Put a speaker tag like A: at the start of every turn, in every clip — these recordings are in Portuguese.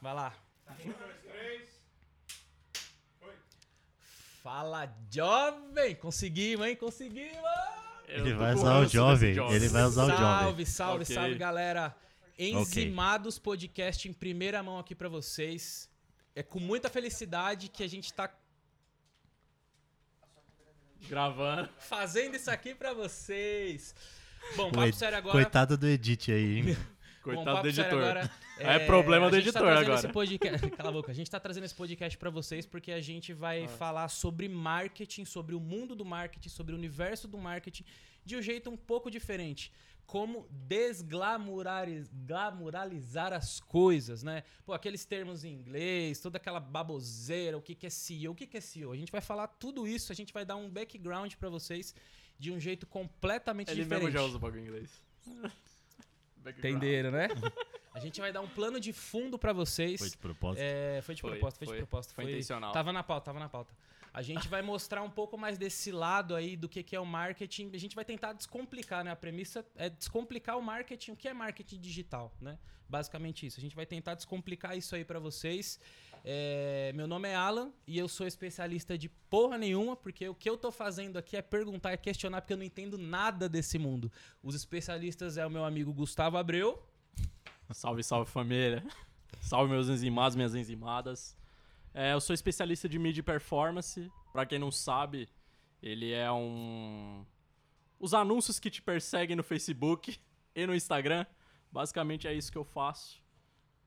A: Vai lá.
B: Um, dois, três. Foi.
A: Fala, jovem! Conseguimos, hein? Conseguimos!
C: Eu Ele vai usar o jovem. Ele vai usar o jovem.
A: Salve, salve,
B: Ok.
A: salve, galera! Enzimados Podcast em primeira mão aqui pra vocês. É com muita felicidade que a gente tá
B: Gravando.
A: fazendo isso aqui pra vocês. Bom,
C: O
A: papo
C: Ed-
A: sério agora.
C: Coitado do Edit aí, hein?
A: Bom,
B: Coitado do
A: papo sério
B: editor.
A: Agora,
B: É problema
A: a
B: do
A: gente tá
B: editor
A: trazendo
B: agora.
A: esse podcast- Cala a boca. A gente tá trazendo esse podcast pra vocês porque a gente vai falar sobre marketing, sobre o mundo do marketing, sobre o universo do marketing de um jeito um pouco diferente. Como desglamuralizar as coisas, né? Pô, aqueles termos em inglês, toda aquela baboseira, o que, que é CEO, o que, que é CEO. A gente vai falar tudo isso, a gente vai dar um background pra vocês de um jeito completamente
B: Ele
A: diferente.
B: mesmo já usa o bagulho em inglês. É Background.
A: Entenderam, né? A gente vai dar um plano de fundo pra vocês.
C: Foi de propósito.
A: É, foi de
B: Foi,
A: propósito, foi,
B: foi.
A: de propósito.
B: Foi intencional.
A: Tava na pauta, tava na pauta. A gente vai mostrar um pouco mais desse lado aí do que, que é o marketing. A gente vai tentar descomplicar, né? A premissa é descomplicar o marketing. O que é marketing digital, né? Basicamente isso. A gente vai tentar descomplicar isso aí pra vocês. É, meu nome é Alan e eu sou especialista de porra nenhuma, porque o que eu tô fazendo aqui é perguntar e questionar, porque eu não entendo nada desse mundo. Os especialistas é o meu amigo Gustavo Abreu.
B: Salve, salve família. Salve meus enzimados, minhas enzimadas. É, eu sou especialista de mídia e performance. Pra quem não sabe, ele é um. Os anúncios que te perseguem no Facebook e no Instagram. Basicamente é isso que eu faço.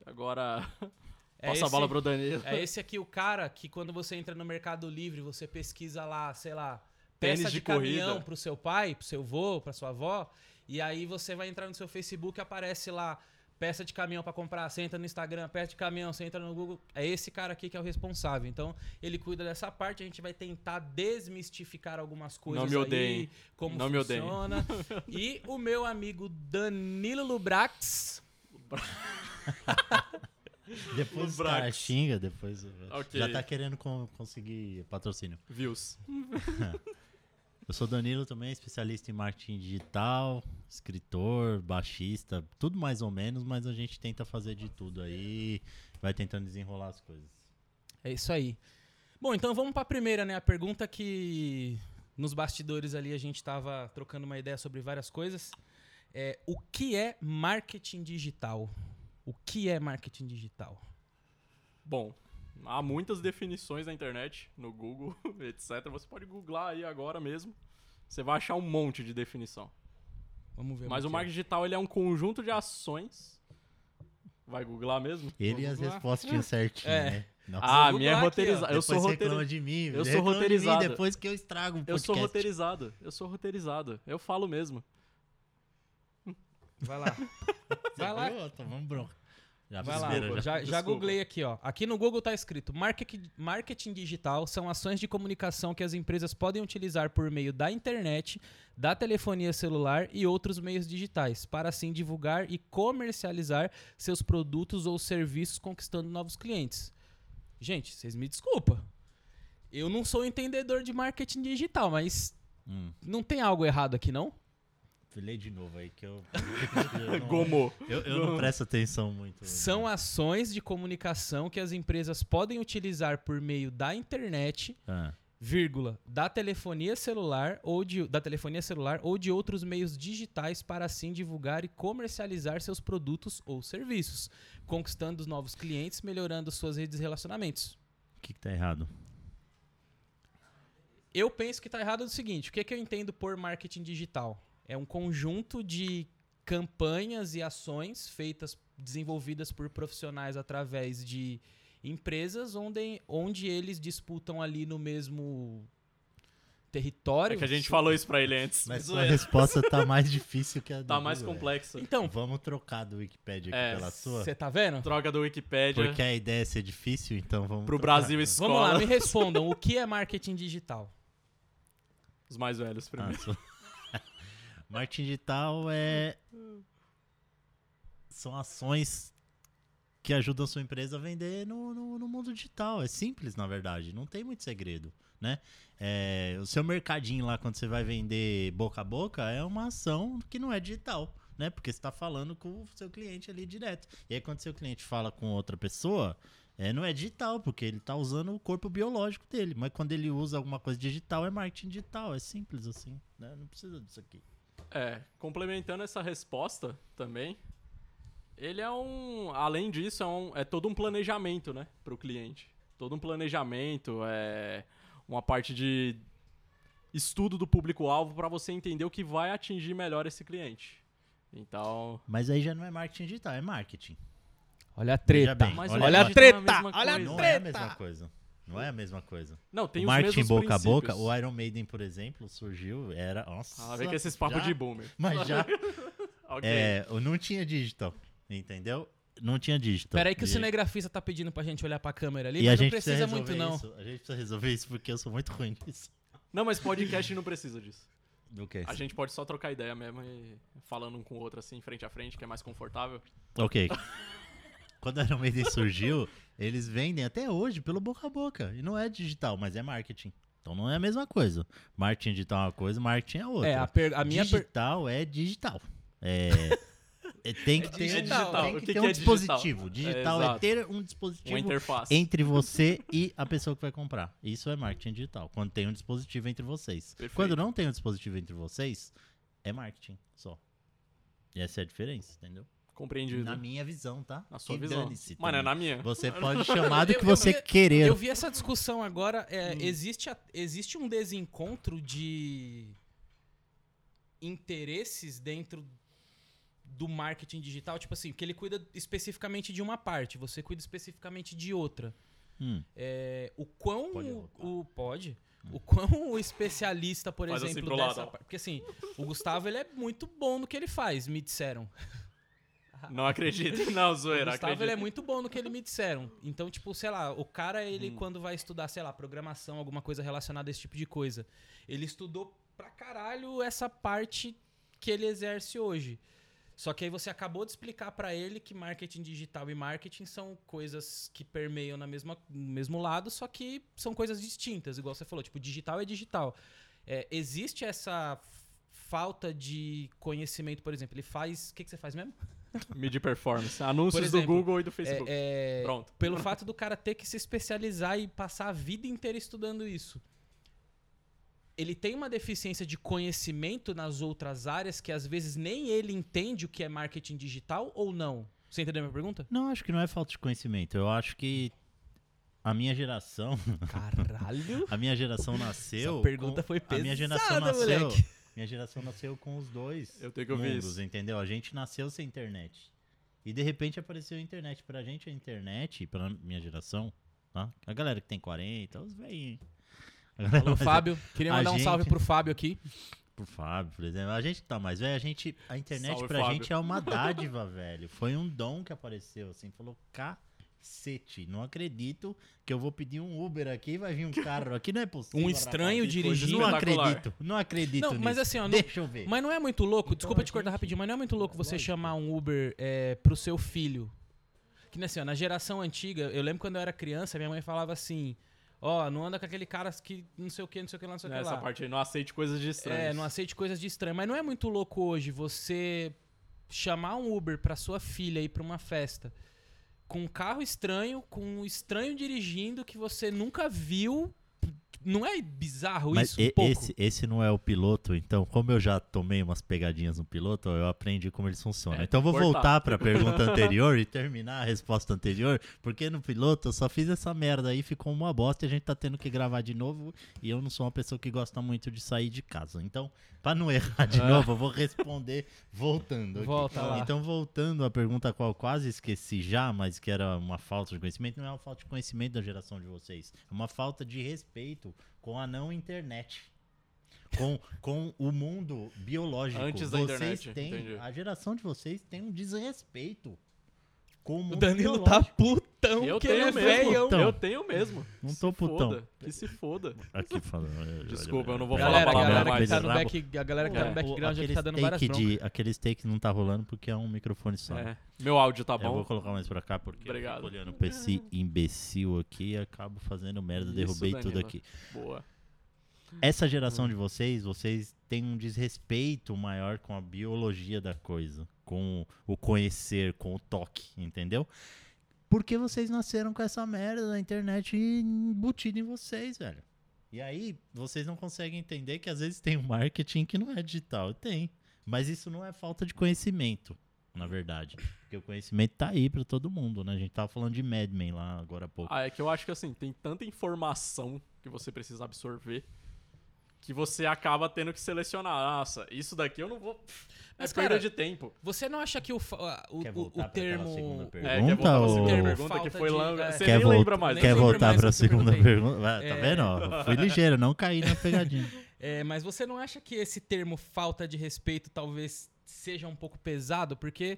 B: Agora,
A: É
B: passa a bola
A: esse-
B: pro Danilo.
A: É esse aqui o cara que quando você entra no Mercado Livre, você pesquisa lá, sei lá,
B: Tênis
A: peça de,
B: de
A: caminhão
B: corrida.
A: pro seu pai, pro seu vô, pra sua avó, e aí você vai entrar no seu Facebook e aparece lá peça de caminhão pra comprar, você entra no Instagram, peça de caminhão, você entra no Google. É esse cara aqui que é o responsável. Então, ele cuida dessa parte, a gente vai tentar desmistificar algumas coisas
B: me odeiem.
A: aí, como
B: Não me odeiem.
A: funciona. e o meu amigo Danilo Lubrax, É.
C: Depois
B: o
C: o cara
B: Brax.
C: xinga, depois. o-
B: Um Ok.
C: Já tá querendo con- conseguir patrocínio.
B: Views.
C: Eu sou Danilo também, especialista em marketing digital, escritor, baixista, tudo mais ou menos, mas a gente tenta fazer de tudo aí, vai tentando desenrolar as coisas.
A: É isso aí. Bom, então vamos para a primeira, né? A pergunta que nos bastidores ali a gente tava trocando uma ideia sobre várias coisas. É, o que é marketing digital? O que é marketing digital?
B: Bom, há muitas definições na internet, no Google, etc. Você pode googlar aí agora mesmo. Você vai achar um monte de definição.
A: Vamos ver.
B: Mas
A: Matheus.
B: o marketing digital ele é um conjunto de ações. Vai googlar mesmo?
C: Ele e
A: Vamos
C: as
A: lá.
C: respostas certinho,
A: É.
C: né? Nossa,
B: Ah,
A: vou
B: minha é
A: googlar aqui, ó.
B: roteirizada. Eu
C: depois
B: sou
C: você reclama
B: roteirizada.
C: de mim,
B: eu sou
C: reclama de mim
B: roteirizado.
C: depois que eu estrago o
B: Eu
C: podcast.
B: sou roteirizado. Eu sou roteirizado. Eu falo mesmo.
A: Vai lá.
C: Você
A: Vai lá.
C: viu? Ó, Tomamos bronca. Já
A: Vai lá,
C: fizeram,
B: Desculpa.
A: já, já
B: Desculpa.
A: googlei aqui, ó. Aqui no Google tá escrito: marketing, marketing digital são ações de comunicação que as empresas podem utilizar por meio da internet, da telefonia celular e outros meios digitais, para assim divulgar e comercializar seus produtos ou serviços, conquistando novos clientes. Gente, vocês me desculpa. Eu não sou um entendedor de marketing digital, mas
C: Hum,
A: não tem algo errado aqui, não?
C: lê de novo aí que eu. eu não-
B: Gomou.
C: Eu, eu não presto atenção muito.
A: São ações de comunicação que as empresas podem utilizar por meio da internet,
C: Ah,
A: vírgula, da telefonia celular ou de, da telefonia celular ou de outros meios digitais para assim divulgar e comercializar seus produtos ou serviços, conquistando os novos clientes, melhorando suas redes de relacionamentos.
C: o que, que tá errado?
A: Eu penso que tá errado o seguinte, o que, que eu entendo por marketing digital? É um conjunto de campanhas e ações feitas, desenvolvidas por profissionais através de empresas onde, onde eles disputam ali no mesmo território.
B: É que a gente falou isso pra ele antes.
C: Mas
B: Mas
C: sua
B: é,
C: resposta tá mais difícil que a do
B: tá mais
C: Google,
B: complexa.
C: é.
A: Então,
C: Vamos trocar do Wikipedia aqui
B: É,
C: pela sua.
A: você tá vendo?
B: Troca do Wikipedia
C: Porque a ideia é ser difícil, então vamos.
B: pro
C: trocar.
B: Brasil Escola.
A: Vamos lá, me respondam. O que é marketing digital?
B: Os mais velhos
C: Ah,
B: primeiro.
C: sua- Marketing digital é. São ações que ajudam a sua empresa a vender no, no, no mundo digital. É simples, na verdade. Não tem muito segredo, né? É, o seu mercadinho lá, quando você vai vender boca a boca, é uma ação que não é digital. né? Porque você tá falando com o seu cliente ali direto. E aí quando seu cliente fala com outra pessoa, é, não é digital, porque ele tá usando o corpo biológico dele. Mas quando ele usa alguma coisa digital, é marketing digital. É simples assim, né? Não precisa disso aqui.
B: É, complementando essa resposta também, ele é um. Além disso, é, um- é todo um planejamento, né? Pro cliente. Todo um planejamento, é uma parte de estudo do público-alvo para você entender o que vai atingir melhor esse cliente. Então.
C: Mas aí já não é marketing digital, é marketing.
A: Olha a
C: treta.
A: treta.
C: bem,
B: Mas
C: olha
B: eu
A: Olha a
B: acredito na
A: treta.
B: mesma
A: Olha a
B: coisa.
C: Não é a
A: treta.
C: mesma coisa. Não é a mesma coisa.
B: Não, tem
C: o
B: os
C: marketing
B: mesmos
C: boca a boca,
B: princípios.
C: o Iron Maiden, por exemplo, surgiu, era. Nossa.
B: Ah, vem com esses papos
C: já-
B: de boomer.
C: Mas já.
B: Ok.
C: é, não tinha digital, entendeu? Não tinha digital.
A: Peraí que o
C: E-
A: cinegrafista tá pedindo pra gente olhar pra câmera ali,
C: E a
A: mas não
C: gente precisa
A: precisa
C: resolver
A: muito, não.
C: isso. A gente precisa resolver isso porque eu sou muito ruim nisso.
B: Não, mas podcast não precisa disso.
C: Do que?
B: A gente pode só trocar ideia mesmo e falando um com o outro assim, frente a frente, que é mais confortável.
C: Ok. Quando a Iron Maiden surgiu, eles vendem até hoje pelo boca a boca. E não é digital, mas é marketing. Então não é a mesma coisa. Marketing digital é uma coisa, marketing é outra.
A: É, a, per- a minha per-
C: digital é digital. É. é, tem que ter, um-
A: digital.
C: Tem
B: O
C: que
B: que
C: ter
B: que
C: um
B: é digital?
C: dispositivo.
B: É,
C: Digital é,
B: exato.
C: ter um
B: Uma
C: dispositivo
B: interface.
C: entre você e a pessoa que vai comprar. Isso é marketing digital. Quando tem um dispositivo entre vocês.
B: Perfeito.
C: Quando não tem um dispositivo entre vocês, é marketing só. E essa é a diferença, entendeu?
B: Compreendido.
C: Na
B: Na,
C: minha visão, tá?
B: sua
C: E
B: visão.
C: dane-se
B: Mano, é na
C: também.
B: minha.
C: Você pode chamar do
A: Eu-
C: que
A: eu
C: você
A: vi-
C: querer.
A: Eu vi essa discussão agora. é,
B: Hum.
A: existe, a- existe um desencontro de interesses dentro do marketing digital? Tipo assim, que ele cuida especificamente de uma parte, você cuida especificamente de outra.
C: Hum.
A: É, o quão.
C: Pode
A: o,
C: arrotar.
A: o- pode. O quão o especialista, por
B: Hum. Faz assim
A: exemplo,
B: pro lado,
A: dessa
B: ó.
A: parte. Porque assim, o Gustavo ele é muito bom no que ele faz, me disseram.
B: Não acredito. Não,
A: O
B: zoeira,
A: Gustavo
B: acredito.
A: ele é muito bom no que ele me disseram. Então, tipo, sei lá, o cara, ele quando vai estudar, sei lá, programação, alguma coisa relacionada a esse tipo de coisa, ele estudou pra caralho essa parte que ele exerce hoje. Só que aí você acabou de explicar pra ele que marketing digital e marketing são coisas que permeiam na mesma, no mesmo lado, só que são coisas distintas, igual você falou, tipo, digital é digital. É, existe essa f- falta de conhecimento, por exemplo, ele faz. O que, que você faz mesmo?
B: Mid performance. Anúncios
A: exemplo,
B: do Google e do Facebook.
A: É, é,
B: Pronto.
A: pelo fato do cara ter que se especializar e passar a vida inteira estudando isso. Ele tem uma deficiência de conhecimento nas outras áreas que às vezes nem ele entende o que é marketing digital ou não. Você entendeu a minha pergunta?
C: Não, acho que não é falta de conhecimento. Eu acho que a minha geração,
A: Caralho!
C: a minha geração nasceu.
A: Essa pergunta
C: com-
A: foi pesada,
C: A minha geração nasceu.
A: moleque.
C: Minha geração nasceu com os dois
B: Eu tenho que ouvir
C: mundos,
B: isso.
C: entendeu? A gente nasceu sem internet. E de repente apareceu a internet. Pra gente, a internet, pra minha geração, tá? A galera que tem 40, os velhinhos. A galera
A: Alô,
C: mais
A: Fábio. Queria
C: a
A: mandar um
C: gente-
A: salve pro Fábio aqui.
C: Pro Fábio, por exemplo. A gente que tá mais velho, a gente. A internet
B: Salve,
C: pra
B: Fábio.
C: gente é uma dádiva, velho. Foi um dom que apareceu, assim. Falou, cacete, não acredito que eu vou pedir um Uber aqui, vai vir um carro aqui, não é possível.
A: Um estranho
C: rapaz.
A: dirigindo.
C: Não
B: Espetacular.
C: acredito, não acredito
A: Não,
C: nisso.
A: mas assim, ó, não-
C: Deixa eu ver.
A: Mas não é muito louco,
C: Então,
A: desculpa
C: a
A: te cortar
C: gente-
A: rapidinho, mas não é muito louco você
C: Lógico.
A: chamar um Uber é, pro seu filho. Que nem assim, ó, na geração antiga, eu lembro quando eu era criança, minha mãe falava assim: Ó, não anda com aquele cara que não sei o que, não sei o que lá, não sei o que
B: Essa
A: lá.
B: parte aí. Não aceite coisas de estranho.
A: é, não aceite coisas de estranho. Mas não é muito louco hoje você chamar um Uber pra sua filha ir pra uma festa com um carro estranho, com um estranho dirigindo que você nunca viu. Não é bizarro
C: Mas
A: isso?
C: e-
A: um pouco?
C: esse, esse não é o piloto, então, como eu já tomei umas pegadinhas no piloto, eu aprendi como eles funcionam.
B: É,
C: então, eu vou
B: cortar.
C: voltar pra pergunta anterior e terminar a resposta anterior, porque no piloto eu só fiz essa merda aí, ficou uma bosta e a gente tá tendo que gravar de novo. E eu não sou uma pessoa que gosta muito de sair de casa. Então, pra não errar de novo, eu vou responder voltando. aqui.
A: Ah. Volta lá.
C: Então, voltando à pergunta a qual eu quase esqueci já, mas que era uma falta de conhecimento, não é uma falta de conhecimento da geração de vocês, é uma falta de respeito com a não internet. Com, com o mundo biológico.
B: Antes da
C: vocês
B: internet,
C: têm,
B: entendi.
C: A geração de vocês tem um desrespeito com o mundo
A: O Danilo tá
C: biológico.
A: putão,
B: Eu
A: que ele é
B: tenho mesmo.
A: velhão.
C: Então.
B: Eu tenho mesmo.
C: Não
B: Se
C: tô putão.
B: foda, Que se foda.
C: Aqui falando.
B: Desculpa, eu não vou
A: A
B: falar
A: galera, a
B: palavrão,
A: galera que
B: mas-
A: tá no
C: Rabo.
A: back, a galera que tá no
B: É.
A: background já tá dando várias
C: take
A: broncas.
C: de, aquele take não tá rolando porque é um microfone só. né?
B: É. Meu áudio tá
C: Eu vou
B: bom.
C: colocar mais pra cá porque
B: Obrigado.
C: eu fico olhando pra esse imbecil aqui e acabo fazendo merda.
B: Isso,
C: derrubei tudo
B: Danilo.
C: aqui.
B: Boa.
C: Essa geração de vocês, vocês têm um desrespeito maior com a biologia da coisa, com o conhecer, com o toque, entendeu? Porque vocês nasceram com essa merda da internet embutida em vocês, velho. E aí, vocês não conseguem entender que às vezes tem um marketing que não é digital. Tem. Mas isso não é falta de conhecimento, na verdade. Porque o conhecimento tá aí pra todo mundo, né? A gente tava falando de Mad Men lá agora há pouco.
B: Ah, é que eu acho que assim, tem tanta informação que você precisa absorver que você acaba tendo que selecionar. Nossa, isso daqui eu não vou.
A: Mas,
B: é perda
A: cara,
B: de tempo.
A: Você não acha que o, fa- o,
C: Quer
A: o-
C: voltar
A: o
C: pra aquela segunda
A: termo.
C: pergunta?
B: É, quer voltar pra
C: ou-
B: segunda
A: Termo
B: pergunta que
A: falta
B: foi
A: de-
B: lá. né?
A: é.
B: Você
C: quer
B: nem
C: vol-
B: lembra mais.
A: Nem
B: né?
C: Quer
A: lembro
C: voltar
A: mais
C: pra
A: do que eu
C: segunda
A: perguntei.
C: pergunta? Ah, Tá
A: É.
C: vendo? ó? Fui ligeiro, não caí na pegadinha.
A: É, mas você não acha que esse termo falta de respeito talvez seja um pouco pesado? Porque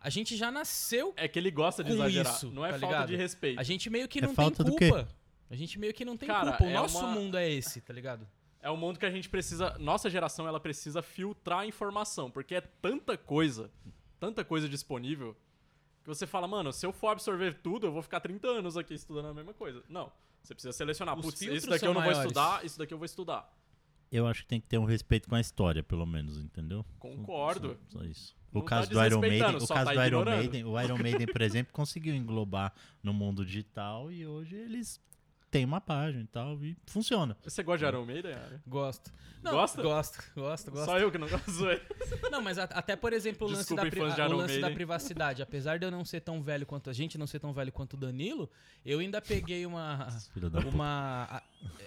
A: a gente já nasceu.
B: É que ele gosta de
A: Com
B: exagerar.
A: isso,
B: não é
A: tá
B: falta
A: ligado?
B: de respeito.
A: A gente meio que
C: É
A: não tem
C: falta do quê?
A: culpa. A gente meio que não tem
B: Cara,
A: culpa. O
B: é
A: nosso
B: uma-
A: mundo é esse, tá ligado?
B: É um mundo que a gente precisa. Nossa geração ela precisa filtrar a informação, porque é tanta coisa, tanta coisa disponível, que você fala, mano, se eu for absorver tudo, eu vou ficar 30 anos aqui estudando a mesma coisa. Não. Você precisa selecionar.
A: Os
B: Putz,
A: filtros
B: isso daqui
A: são
B: eu não
A: maiores.
B: vou estudar, isso daqui eu vou estudar.
C: Eu acho que tem que ter um respeito com a história, pelo menos, entendeu?
B: Concordo.
C: Só, só isso.
B: Não
C: O caso
B: tá
C: do Iron Maiden,
B: desrespeitando,
C: o
B: só
C: caso
B: tá
C: do Iron
B: ignorando.
C: Maiden, o Iron Maiden, por exemplo, conseguiu englobar no mundo digital e hoje eles têm uma página e tal e funciona.
B: Você gosta de Iron Maiden? Yara?
A: Gosto.
B: Gosta?
A: Gosto, gosto, gosto.
B: Só eu que não gosto.
A: Não, mas a- até, por exemplo, o lance, da,
B: Desculpem,
A: pri-
B: fãs de
A: a- o
B: Iron
A: lance da
B: Maiden.
A: privacidade. Apesar de eu não ser tão velho quanto a gente, não ser tão velho quanto o Danilo, eu ainda peguei uma.
C: Filho da puta.
A: uma a-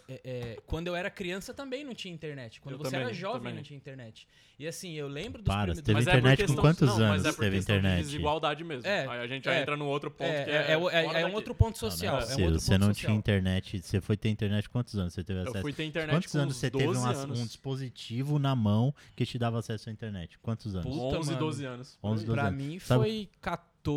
A: é- é- é, quando eu era criança também não tinha internet. Quando
B: Eu
A: você
B: também,
A: era jovem
B: também.
A: não tinha internet. E assim, eu lembro dos
C: Para,
A: primeiros.
C: você teve
B: Mas é por
C: internet com
B: questão-
C: quantos
B: não, mas
C: anos
B: é por
C: teve
B: questão de
C: internet?
B: desigualdade mesmo.
A: É,
B: Aí a gente já
A: é,
B: entra num outro ponto que
A: É,
B: é.
A: é, é, o- é-
B: fora
A: é um
B: daqui.
A: outro ponto
C: Não, não é
A: social. é um
C: possível.
A: outro
C: você
A: ponto
C: não
A: social.
C: tinha internet, você foi ter internet quantos anos você teve
B: Eu
C: acesso?
B: fui ter internet
C: Tá quantos
B: com
C: anos
B: uns
C: você
B: 12
C: teve um, ac-
B: anos.
C: um dispositivo na mão que te dava acesso à internet? Quantos anos?
A: Puta,
B: 11,
A: mano.
B: 12 anos.
C: 11, 12
A: Pra
C: anos.
A: mim
C: Sabe-
A: foi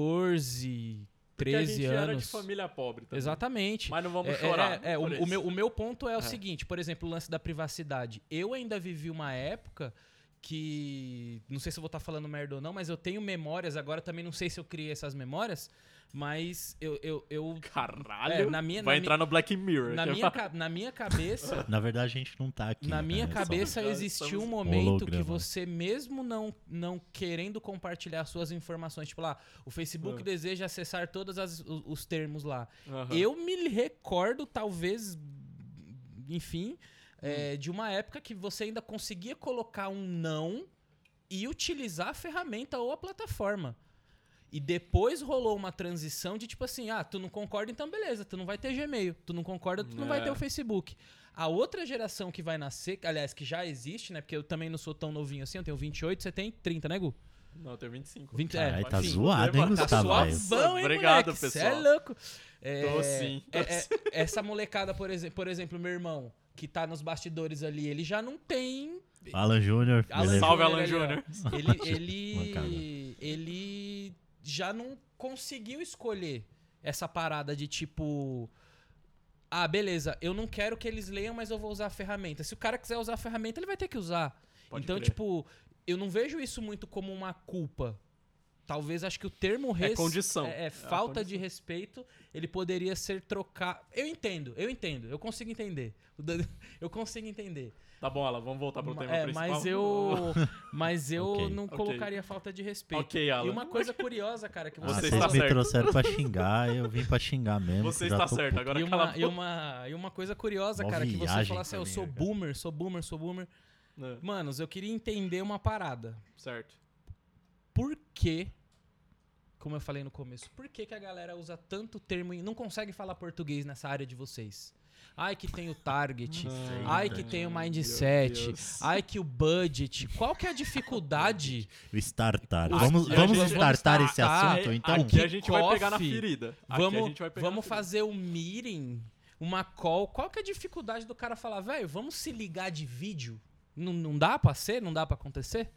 A: 14,
B: Porque a
A: 13
B: gente era de
A: anos.
B: família pobre. também.
A: Exatamente.
B: Mas não vamos
A: É,
B: chorar. né,
A: É, é,
B: por
A: o,
B: isso.
A: o meu, o meu ponto é o
B: É.
A: seguinte, por exemplo, o lance da privacidade. Eu ainda vivi uma época que. Não sei se eu vou estar falando merda ou não, mas eu tenho memórias agora, também não sei se eu criei essas memórias, mas eu. eu, eu-
B: Caralho.
A: É, na minha-
B: vai
A: na
B: entrar no Black Mirror.
A: na,
B: que é
A: minha,
B: pra-
A: ca- na minha cabeça.
C: Na verdade, a gente não tá aqui.
A: Na
C: né?
A: minha
C: É só-
A: cabeça
B: Nós
A: existiu
B: somos
A: um momento que
C: holograma.
A: você, mesmo não, não querendo compartilhar suas informações, tipo lá, o Facebook
B: Ah.
A: deseja acessar todos as- os- os termos lá.
B: Aham.
A: Eu me recordo, talvez, enfim,
B: Hum.
A: é, de uma época que você ainda conseguia colocar um não e utilizar a ferramenta ou a plataforma. E depois rolou uma transição de tipo assim: ah, tu não concorda, então beleza, tu não vai ter Gmail, tu não concorda, tu não vai
B: É.
A: ter o Facebook. A outra geração que vai nascer, aliás, que já existe, né? Porque eu também não sou tão novinho assim, eu tenho 28, você tem 30, né, Gu?
B: Não, eu tenho 25.
A: 20, é,
C: Caralho, tá
A: enfim.
C: zoado, hein,
B: Tá
C: Gustavo?
B: suave.
C: velho?
A: Suavão, hein,
B: Obrigado,
A: moleque? Cê é
B: pessoal.
A: louco. É,
B: Tô sim.
A: é- é- essa molecada, por, exe por exemplo, meu irmão, que tá nos bastidores ali, ele já não tem...
C: Alan Júnior.
A: Alan
C: beleza.
B: Salve, Alan
A: ali, ó.
B: Júnior.
A: Ele, ele,
C: Mancada.
A: ele já não conseguiu escolher essa parada de tipo... Ah, beleza, eu não quero que eles leiam, mas eu vou usar a ferramenta. Se o cara quiser usar a ferramenta, ele vai ter que usar.
B: Pode
A: então,
B: crer.
A: tipo, eu não vejo isso muito como uma culpa. Talvez acho que o termo res...
B: condição.
A: É, é
B: É a
A: falta de
B: condição.
A: respeito, ele poderia ser trocado. Eu entendo, eu entendo, eu consigo entender. O Dan- Eu consigo entender.
B: Tá bom, Alan, vamos voltar pro tema
A: é,
B: principal.
A: mas eu. Mas eu
C: Ok.
A: não
B: Ok.
A: colocaria falta de respeito.
B: Ok, Alan.
A: E uma coisa curiosa, cara, que
C: Ah,
A: você.
B: Você
C: vocês
B: está
C: me
B: certo.
C: trouxeram pra xingar, eu vim pra xingar mesmo.
B: Você
C: já
B: está
C: tô
B: certo, agora
A: E
B: cala a
A: uma,
B: boca.
A: e, uma, e uma coisa curiosa,
C: Mó
A: cara, que você
C: viagem
A: falasse,
C: pra
A: eu
C: mim,
A: sou
C: né, cara?
A: boomer, sou boomer, sou boomer.
B: É,
A: Manos, eu queria entender uma parada.
B: certo.
A: por que, como eu falei no começo, por que, que a galera usa tanto termo e não consegue falar português nessa área de vocês? Ai que tem o target, ai que tem o mindset, ai que o budget. Qual que é a dificuldade?
C: O startar.
A: O-
C: Vamos,
B: Aqui a
C: vamos
B: gente- é,
C: startar
A: vamos
C: esse
A: startar.
C: assunto, então?
A: é
B: Aqui a gente vai
A: Kickoff.
B: pegar na ferida. Aqui a
A: vamos
B: gente vai pegar
A: vamos
B: na ferida.
A: fazer um meeting, uma call. Qual que é a dificuldade do cara falar, velho, vamos se ligar de vídeo? Não, não dá pra ser? Não dá pra acontecer?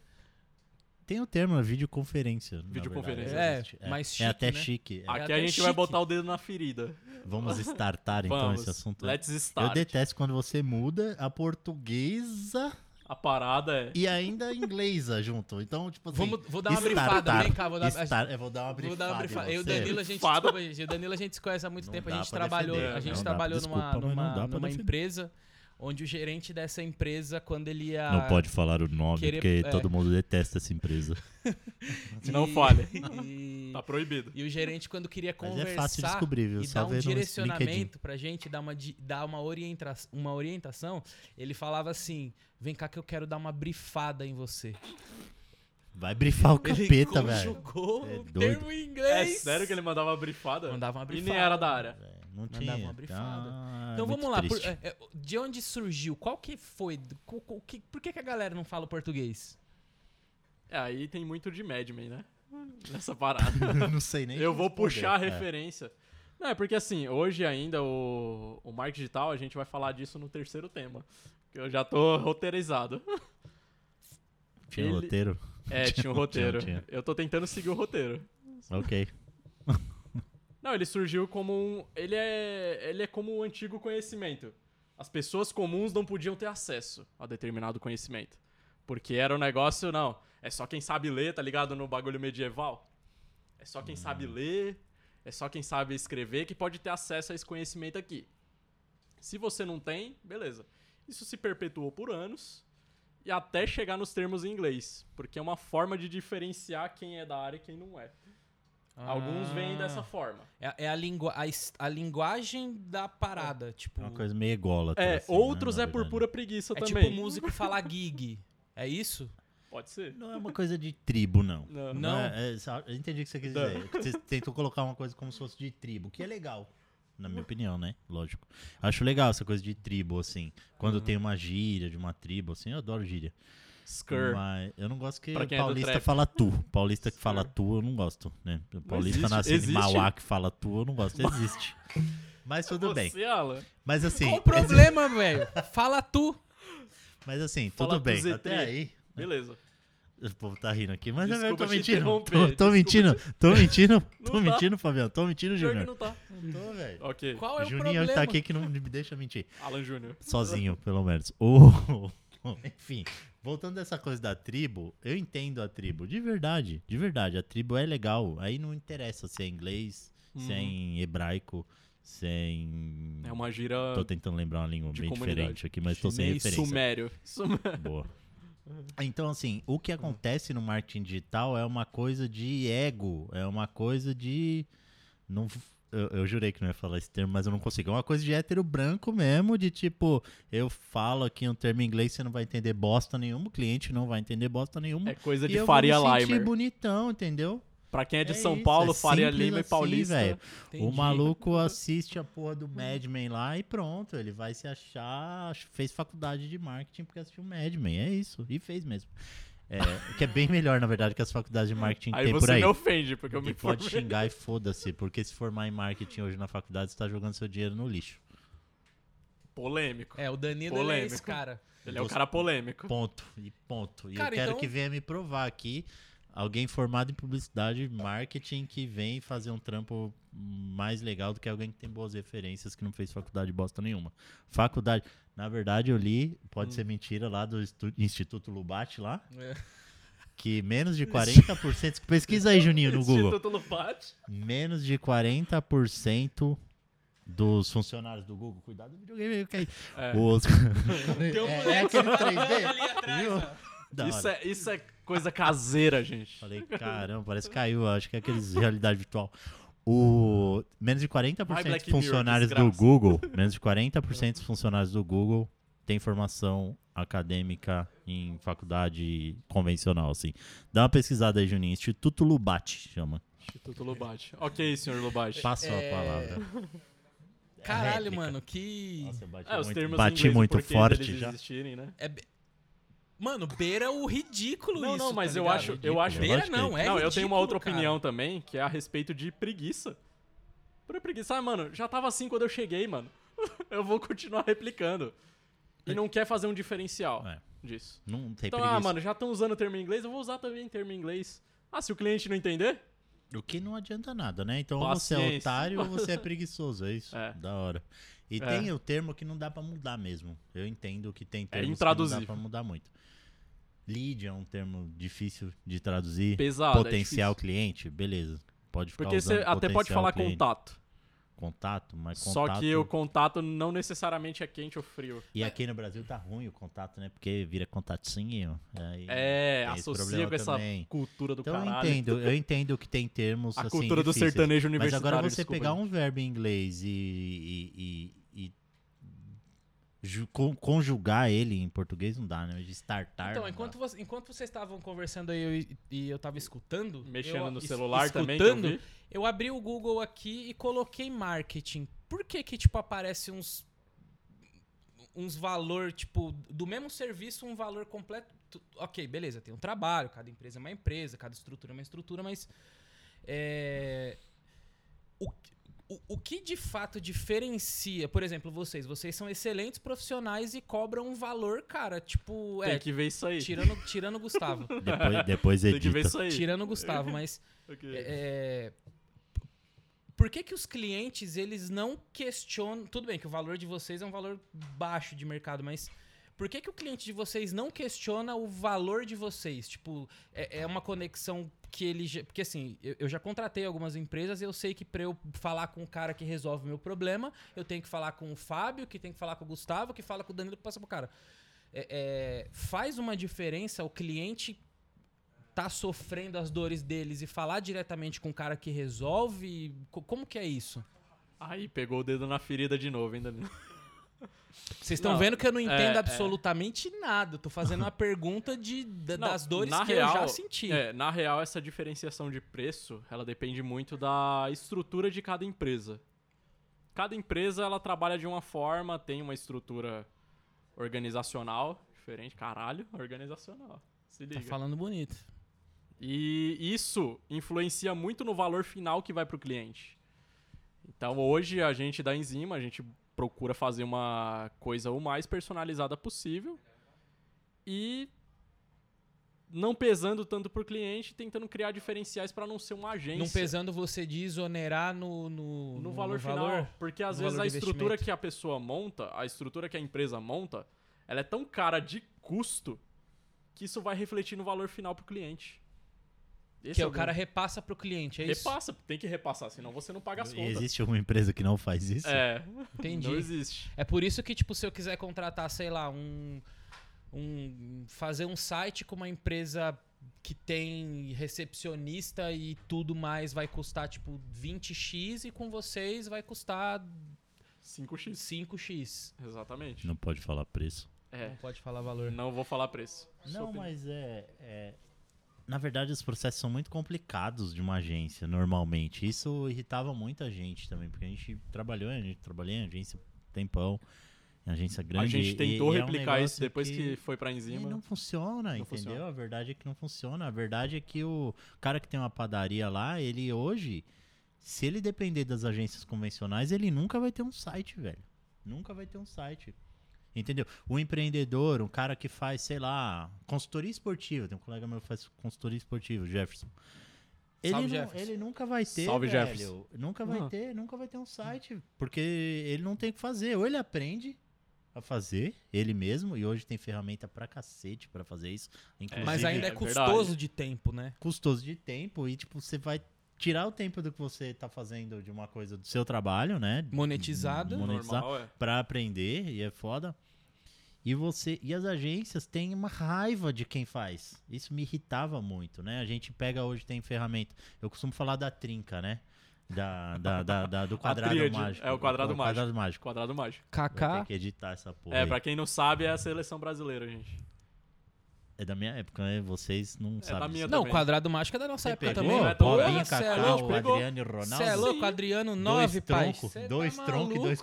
C: Tem o termo, é videoconferência. na
B: Videoconferência.
A: É,
C: verdade, existe.
A: mais chique,
C: É até
A: né?
C: chique. é.
A: Ah,
B: Aqui
A: até
B: a gente vai
A: chique.
B: botar o dedo na ferida.
C: Vamos startar, então,
B: vamos.
C: esse assunto.
B: Let's
C: Eu
B: start.
C: detesto quando você muda a portuguesa
B: A parada é...
C: e ainda a inglesa junto. Então, tipo assim...
A: Vamos, vou dar uma
C: startar,
A: brifada, vem cá, vou dar, a-
C: Estar, eu vou dar uma
A: Vou
C: brifada.
A: dar uma brifada.
C: em
A: Eu e o
C: você.
A: Danilo, a gente,
B: Fada.
A: desculpa, gente, o Danilo a gente se conhece há muito
C: Não
A: tempo. A
C: dá
A: gente
C: pra
A: trabalhou,
C: defender,
A: a gente
C: não dá pra-
A: trabalhou numa,
C: desculpa, mas não
A: numa,
C: dá pra
A: numa
C: defender.
A: empresa onde o gerente dessa empresa, quando ele ia.
C: Não pode falar o nome,
A: ah, querer-
C: porque
A: é.
C: todo mundo detesta essa empresa.
B: Não
A: e-
B: fale.
A: E,
B: Tá proibido.
A: e o gerente, quando queria
C: Mas
A: conversar.
C: é fácil descobrir, viu?
A: e
C: Só
A: dar um
C: ver no LinkedIn.
A: direcionamento pra gente, dar uma, di- dar uma, orienta, uma orientação, ele falava assim: vem cá que eu quero dar uma brifada em você.
C: Vai brifar o
A: ele
C: capeta, velho.
A: conjugou
C: É
A: o
C: doido.
A: termo em
B: É
A: inglês.
B: sério que ele mandava brifada?
A: mandava uma
B: E
A: brifada.
B: nem era da área.
C: É, Não
A: Mandava
C: tinha.
A: uma brifada.
C: Tá,
A: Então
C: muito
A: vamos lá, por-
C: triste.
A: é, é, de onde surgiu? Qual que foi? Do- co- co- que- por que, que a galera não fala o português?
B: É, aí tem muito de Mad Men, né? Nessa parada.
C: não sei nem.
B: Eu vou
C: responder.
B: puxar a
C: É.
B: referência. Não, é porque assim, hoje ainda o, o marketing digital, a gente vai falar disso no terceiro tema. Que eu já tô roteirizado.
C: Tinha um
B: Ele-
C: roteiro?
B: É, tinha um
C: Tinha,
B: roteiro.
C: tinha.
B: Eu tô tentando seguir o roteiro.
C: Ok.
B: Não, ele surgiu como um. Ele é. Ele é como o antigo conhecimento. As pessoas comuns não podiam ter acesso a determinado conhecimento. Porque era um negócio, não. É só quem sabe ler, tá ligado? No bagulho medieval. É só quem sabe ler, é só quem sabe escrever que pode ter acesso a esse conhecimento aqui. Se você não tem, beleza. Isso se perpetuou por anos e até chegar nos termos em inglês. Porque é uma forma de diferenciar quem é da área e quem não é. Alguns vêm
A: Ah,
B: dessa forma.
A: É, é a, lingua, a, es- a linguagem da parada, tipo.
C: É uma coisa meio assim, né, gola.
B: É, outros é por pura preguiça
A: é
B: também.
A: tipo o músico falar gig. É isso?
B: Pode ser.
C: Não é uma coisa de tribo, não.
B: Não.
A: Não.
C: é- é, sa- eu entendi o que você quis
B: Não.
C: dizer. Você tentou colocar uma coisa como se fosse de tribo, que é legal. Na minha opinião, né? Lógico. Acho legal essa coisa de tribo, assim. Quando
B: Uhum.
C: tem uma gíria de uma tribo, assim, eu adoro gíria.
B: Skrr.
C: Mas eu não gosto que
B: Pra quem é do
C: paulista
B: trap.
C: fala tu. Paulista que fala
B: Sure.
C: tu, eu não gosto, né? Paulista
B: existe-
C: nascido
B: existe?
C: em Mauá que fala tu, eu não gosto. Existe. Mas tudo
B: Você,
C: bem.
B: Alan.
C: Mas assim,
A: Qual o problema, velho? Fala tu.
C: mas assim,
B: Fala
C: tudo
B: tu,
C: bem.
B: Zetê.
C: Até aí.
B: Beleza.
C: O povo tá rindo aqui, mas eu
B: Desculpa
C: tô
B: te
C: mentindo. Tô,
B: interromper,
C: tô
B: desculpa
C: mentindo, tô mentindo,
B: Não
C: tô
B: tá.
C: mentindo, Fabiano. Tô mentindo,
B: Pior que
C: Júnior.
B: não tá.
C: Não tô, velho.
B: Ok.
A: Qual é o
C: Juninho
A: problema?
C: tá aqui que não me deixa mentir.
B: Alan Júnior.
C: Sozinho, pelo menos. Ô, Enfim, voltando dessa coisa da tribo, eu entendo a tribo, de verdade, de verdade. A tribo é legal. Aí não interessa se é inglês, se é
B: Uhum.
C: em hebraico, se é em.
B: É uma gira
C: Tô tentando lembrar uma língua
B: de
C: bem
B: comunidade.
C: diferente aqui, mas tô sem
B: meio
C: referência.
B: sumério. Sumério.
C: Boa. Então, assim, o que acontece no marketing digital é uma coisa de ego, é uma coisa de. Não, eu, eu jurei que não ia falar esse termo, mas eu não consigo. É uma coisa de hétero branco mesmo, de tipo, eu falo aqui um termo em inglês, você não vai entender bosta nenhuma, o cliente não vai entender bosta nenhuma.
B: É coisa
C: e
B: de
C: eu
B: Faria
C: vou me sentir
B: Limer.
C: bonitão, entendeu?
B: Pra quem é de
C: É
B: São
C: isso,
B: Paulo,
C: é
B: Faria
C: simples
B: Lima e
C: assim,
B: Paulista.
C: velho. O
A: Entendi.
C: maluco assiste a porra do Mad Men lá e pronto, ele vai se achar. ach- Fez faculdade de marketing porque assistiu Mad Men, é isso. E fez mesmo. É, o que é bem melhor, na verdade, que as faculdades de marketing
B: aí
C: tem
B: você
C: por aí.
B: me ofende, porque eu
C: E
B: me
C: pode
B: formei.
C: xingar e foda-se, porque se formar em marketing hoje na faculdade, você tá jogando seu dinheiro no lixo.
B: Polêmico.
A: É, o Danilo ele é esse
B: Polêmico.
A: cara.
B: Ele é um cara polêmico.
C: Ponto. E ponto. E
A: Cara,
C: eu quero
A: então-
C: que venha me provar aqui. Alguém formado em publicidade e marketing que vem fazer um trampo mais legal do que alguém que tem boas referências, que não fez faculdade bosta nenhuma. Faculdade. Na verdade, eu li, pode ser mentira, lá do estu- Instituto Lubate lá,
A: Hum. É.
C: que menos de 40%. pesquisa aí, Juninho, no Google.
B: Instituto Lupate.
C: Menos de 40% dos funcionários do Google. Cuidado do videogame que aí.
B: É.
C: Os-
A: um
C: é, é
A: moleque
C: aquele 3D.
A: Ali atrás,
C: Viu?
A: ó.
C: Da
B: Isso
C: hora.
B: é, isso é coisa caseira, gente.
C: Falei, caramba, parece que caiu. Acho que é aqueles realidade virtual. O, menos de
B: Vai,
C: 40%
B: Black
C: dos funcionários
B: Mirror,
C: do
B: desgraça.
C: Google, menos de 40% dos funcionários do Google têm formação acadêmica em faculdade convencional, assim. Dá uma pesquisada aí, Juninho. Instituto Lubate chama.
B: Instituto Lubate. Ok, senhor Lubate.
C: Passou
A: É.
C: a palavra.
A: Caralho,
C: É Réplica.
A: mano, que.
C: Nossa, eu bati
B: É, os
C: muito,
B: termos
C: bati
B: em inglês, o
C: muito
B: porquê
C: forte
B: deles
C: já.
B: existirem, né?
A: É be- Mano, beira o ridículo
B: Não,
A: isso.
B: não,
A: tá
B: mas eu
A: ligado?
B: acho, eu acho.
C: Ridículo.
A: Beira não, é
B: não, eu tenho uma outra
A: ridículo, cara.
B: opinião também, que é a respeito de preguiça. Por preguiça, ah, mano, já tava assim quando eu cheguei, mano. eu vou continuar replicando. E não quer fazer um diferencial
C: É.
B: disso.
C: Não tem
B: Então,
C: preguiça.
B: ah, mano, já estão usando o termo em inglês, eu vou usar também termo em inglês. Ah, se o cliente não entender?
C: O que não adianta nada, né? Então, ou você é
B: Paciência.
C: otário ou você é preguiçoso, é isso?
B: É.
C: Da hora. E
B: É.
C: tem o termo que não dá pra mudar mesmo. Eu entendo que tem termos que não
B: intraduzível.
C: dá pra mudar muito. Lead é um termo difícil de traduzir.
B: Pesado. é
C: potencial
B: difícil.
C: cliente, beleza. Pode ficar
B: Porque
C: usando
B: você até pode
C: potencial
B: falar
C: cliente.
B: contato.
C: contato, mas
B: Só
C: contato...
B: que o contato não necessariamente é quente ou frio.
C: E aqui no Brasil tá ruim o contato, né? Porque vira contatinho. aí
B: É,
C: tem esse
B: associa
C: problema
B: com essa
C: também.
B: cultura do
C: Então eu
B: caralho.
C: entendo, eu entendo que tem termos
B: A
C: assim,
B: cultura do
C: difíceis.
B: sertanejo
C: Mas
B: universitário.
C: agora você
B: desculpa,
C: pegar
B: gente.
C: um verbo em inglês e, e- e- e ju- con- conjugar ele em português não dá, né? De startar.
A: Então,
C: não
A: enquanto,
C: dá.
A: você- enquanto vocês estavam conversando aí eu- e, eu tava escutando.
B: Mexendo
A: um eu-
B: no
A: es-
B: celular também. que eu
A: escutando,
B: vi.
A: Eu abri o Google aqui e coloquei marketing. Por que que, tipo, aparece uns uns valor, tipo, do mesmo serviço, um valor completo... tu- Ok, beleza, tem um trabalho, cada empresa é uma empresa, cada estrutura é uma estrutura, mas... é, o, o, o que de fato diferencia... Por exemplo, vocês. Vocês são excelentes profissionais e cobram um valor, cara, tipo...
B: Tem
A: é,
B: que ver isso aí.
A: tirando, tirando o Gustavo.
C: Depois, depois
B: Tem que ver
C: edita.
B: isso aí.
A: tirando o Gustavo, mas...
B: Ok.
A: É, por que, que os clientes eles não questionam? Tudo bem que o valor de vocês é um valor baixo de mercado, mas por que, que o cliente de vocês não questiona o valor de vocês? Tipo, é, é uma conexão que ele. já- Porque assim, eu, eu já contratei algumas empresas, eu sei que pra eu falar com o cara que resolve o meu problema, eu tenho que falar com o Fábio, que tem que falar com o Gustavo, que fala com o Danilo, que passa pro cara. É, é, faz uma diferença o cliente tá sofrendo as dores deles e falar diretamente com o cara que resolve? Co- Como que é isso?
B: Aí pegou o dedo na ferida de novo, ainda.
A: Vocês estão
B: Não,
A: vendo que eu não entendo
B: é,
A: absolutamente nada. Eu Tô fazendo uma pergunta de, da-
B: Não,
A: das dores
B: na
A: que eu
B: real,
A: já senti.
B: É, na real, essa diferenciação de preço, ela depende muito da estrutura de cada empresa. Cada empresa, ela trabalha de uma forma, tem uma estrutura organizacional diferente. Caralho, organizacional. Se
A: Tá
B: liga.
A: falando bonito.
B: E isso influencia muito no valor final que vai para o cliente. Então hoje a gente da Enzima, a gente procura fazer uma coisa o mais personalizada possível e não pesando tanto para o cliente, tentando criar diferenciais para não ser uma agência
A: Não pesando você de exonerar no, no,
B: no, valor final. Porque às
A: no
B: vezes
A: valor
B: a
A: de
B: estrutura
A: investimento.
B: que a pessoa monta, a estrutura que a empresa monta, ela é tão cara de custo que isso vai refletir no valor final pro cliente. Esse
A: Que
B: é
A: o cara repassa pro cliente, é isso?
B: repassa, tem que repassar, senão você não paga as
C: E
B: contas.
C: Existe uma empresa que não faz isso?
B: É,
A: Entendi.
B: não existe.
A: É por isso que, tipo, se eu quiser contratar, sei lá, um. um fazer um site com uma empresa que tem recepcionista e tudo mais vai custar, tipo, 20x e com vocês vai custar
B: 5x.
A: 5x.
B: Exatamente.
C: Não pode falar preço.
A: Não
B: É,
A: pode falar valor.
B: não vou falar preço. Sua
C: Não,
B: opinião.
C: mas é, é- Na verdade, os processos são muito complicados de uma agência, normalmente. Isso irritava muita gente também, porque a gente trabalhou, a gente trabalhou em agência um tempão, em agência grande.
B: A gente tentou
C: e- e é um
B: replicar isso
C: negócio
B: depois que, foi pra
C: E
B: enzima.
C: não funciona, entendeu?
B: funciona.
C: A verdade é que não funciona. A verdade é que o cara que tem uma padaria lá, ele hoje, se ele depender das agências convencionais, ele nunca vai ter um site, velho. Nunca vai ter um site. Entendeu? O empreendedor, um cara que faz, sei lá, consultoria esportiva. Tem um colega meu que faz consultoria esportiva, o Jefferson. Ele,
A: Salve,
C: nu-
A: Jefferson.
C: ele nunca vai ter,
B: Salve,
C: velho.
B: Jefferson.
C: Nunca vai
B: Uhum.
C: ter, nunca vai ter um site. Porque ele não tem o que fazer. Ou ele aprende a fazer ele mesmo, e hoje tem ferramenta pra cacete pra fazer isso. Inclusive,
A: Mas ainda é,
B: é
A: custoso
B: verdade.
A: de tempo, né?
C: custoso de tempo e, tipo, você vai tirar o tempo do que você tá fazendo de uma coisa do seu trabalho, né?
A: Monetizado.
C: Mon- monetizar.
B: Normal, é.
C: Pra aprender, e é foda. E você e as agências têm uma raiva de quem faz. Isso me irritava muito, né? A gente pega hoje, tem ferramenta. Eu costumo falar da trinca, né? Da, da, da- da- do quadrado
B: tríade,
C: mágico.
B: é o quadrado
C: quadrado mágico.
B: Quadrado mágico.
C: Vou ter
A: KK.
C: que editar essa porra.
B: É,
C: aí.
B: pra quem não sabe, é a seleção brasileira, gente.
C: É da minha época, né? Vocês não sabem.
B: É da minha
C: disso.
A: Não, o
B: também.
A: quadrado mágico é da nossa
C: Você
A: época
C: pegou?
A: também.
B: não é tão
A: Porra,
C: Paulinho,
A: cê é
C: Cacau,
A: louco.
B: pegou.
C: Adriano e
A: Cê é
C: Ronaldo.
A: louco, Adriano
C: Dois
A: 9, pai.
C: troncos,
A: Cê tá
C: dois troncos e
A: maluco.
C: dois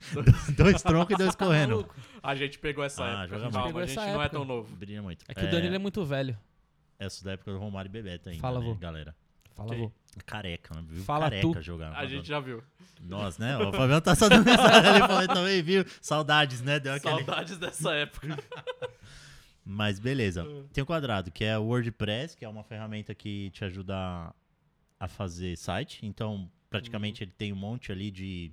A: Tá
C: correndo. dois troncos e dois correndo.
A: Maluco.
B: A gente pegou essa
C: Ah,
B: época.
C: joga
B: Calma,
A: muito.
B: a gente
A: Pegou essa
B: não é
A: época.
B: tão novo.
C: Brilha muito.
A: É que o Danilo é muito velho.
C: Essa da época do Romário e Bebeto ainda,
A: Fala,
C: né,
A: vô.
C: galera?
A: Fala,
B: Ok.
A: vô.
C: Careca, né? Viu
A: Fala
C: careca
A: tu.
C: jogar.
B: A gente já viu.
C: Nós, né? O Fabiano tá só dando mensagem. Ele falou, também viu. Saudades, né? Deu aquele...
B: Saudades dessa época.
C: Mas beleza. Tem o quadrado, que é o WordPress, que é uma ferramenta que te ajuda a- a fazer site. Então, praticamente, ele tem um monte ali de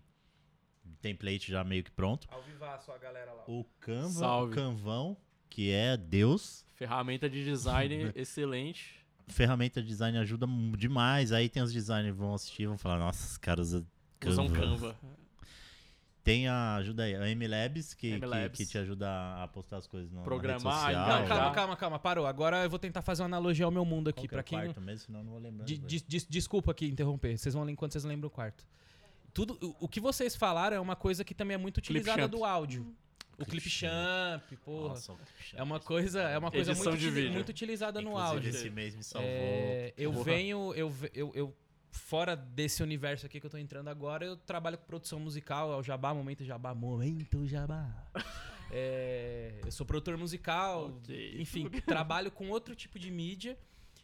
C: template já meio que pronto.
A: Ao vivaço a galera lá.
C: O Canva, o
B: Salve.
C: Canvão, que é Deus.
B: Ferramenta de design excelente.
C: ferramenta de design ajuda mu- demais. Aí tem os designers que vão assistir e vão falar, nossa, os caras
B: Usam
C: Canva.
B: um Canva.
C: Tem a, ajuda aí, a MLabs, que, que-
B: MLabs.
C: Que, te ajuda a postar as coisas no, na
B: Programar,
C: rede social.
B: Ah,
A: Não,
B: é.
A: calma,
B: Já.
A: calma, calma, parou. Agora eu vou tentar fazer uma analogia ao meu mundo
C: Qual
A: aqui.
C: que é
A: Pra
C: o
A: quem não-
C: quarto mesmo, senão eu não vou
B: né,
C: lembrar.
A: De-
C: velho.
A: des- des- desculpa aqui interromper. Vocês vão ler enquanto vocês lembram o quarto. Tudo, o, o que vocês falaram é uma coisa que também é muito utilizada
B: Clipchamp.
A: do áudio. O
C: Clipchamp.
A: Clipchamp, porra.
C: Nossa,
A: É uma coisa, é uma coisa muito,
B: Edição de
A: utili-
B: vídeo.
A: muito utilizada no
C: Inclusive,
A: áudio.
C: Esse mês me salvou.
A: É, eu
B: Porra.
A: venho, eu, ve- eu, eu- fora desse universo aqui que eu tô entrando agora, eu trabalho com produção musical, é o Jabá, momento Jabá, momento Jabá. É, eu sou produtor musical,
B: Ok.
A: enfim, trabalho com outro tipo de mídia.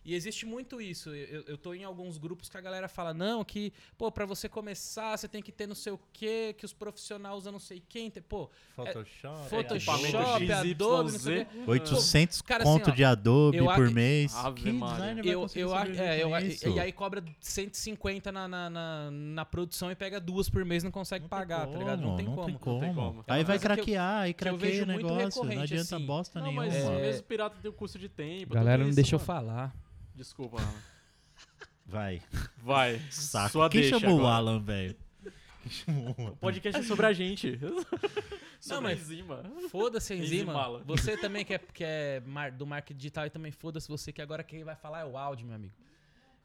A: E existe muito isso. Eu, eu- eu tô em alguns grupos que a galera fala, não, que, pô, pra você começar, você tem que ter não sei o quê, que os profissionais usam não sei quem. tem- Pô,
C: Photoshop.
A: Photoshop,
B: Equipamento
A: Adobe, não sei o quê.
B: XYZ.
C: 800
A: Cara, assim,
C: conto
A: ó,
C: de Adobe
A: eu ac-
C: por mês.
B: Ave
C: que
B: Maria.
C: designer vai
A: Eu,
C: conseguir
A: eu, a-
C: sobreviver
A: é,
C: com
A: eu, a-
C: isso?
A: e aí cobra 150 na, na, na, na produção e pega duas por mês e não consegue
C: Não tem
A: pagar, tá
C: como,
A: ligado? Não tem como.
B: tem como.
A: É
C: Aí
A: uma coisa
C: vai
A: que eu-
C: craquear, aí
A: que eu
C: craqueia
A: vejo
C: o
A: muito
C: negócio. Não
A: recorrente,
C: adianta
A: assim.
C: bosta
B: Não,
C: nenhuma.
B: mas
A: É.
B: mesmo pirata tem o custo de tempo.
A: Galera,
B: tudo
A: não
B: isso,
A: deixa eu
B: mano.
A: falar.
B: Desculpa, mano.
C: Vai,
B: Vai.
C: saco.
B: Sua
C: Quem
B: deixa
C: chamou o
B: agora.
C: Alan, velho? Quem chamou o
B: O podcast é sobre a gente. sobre
A: mas-
B: a enzima.
A: Foda-se,
B: Enzimala.
A: enzima. Você também que é, que é mar- do marketing digital e também foda-se você, que agora quem vai falar é o áudio, meu amigo.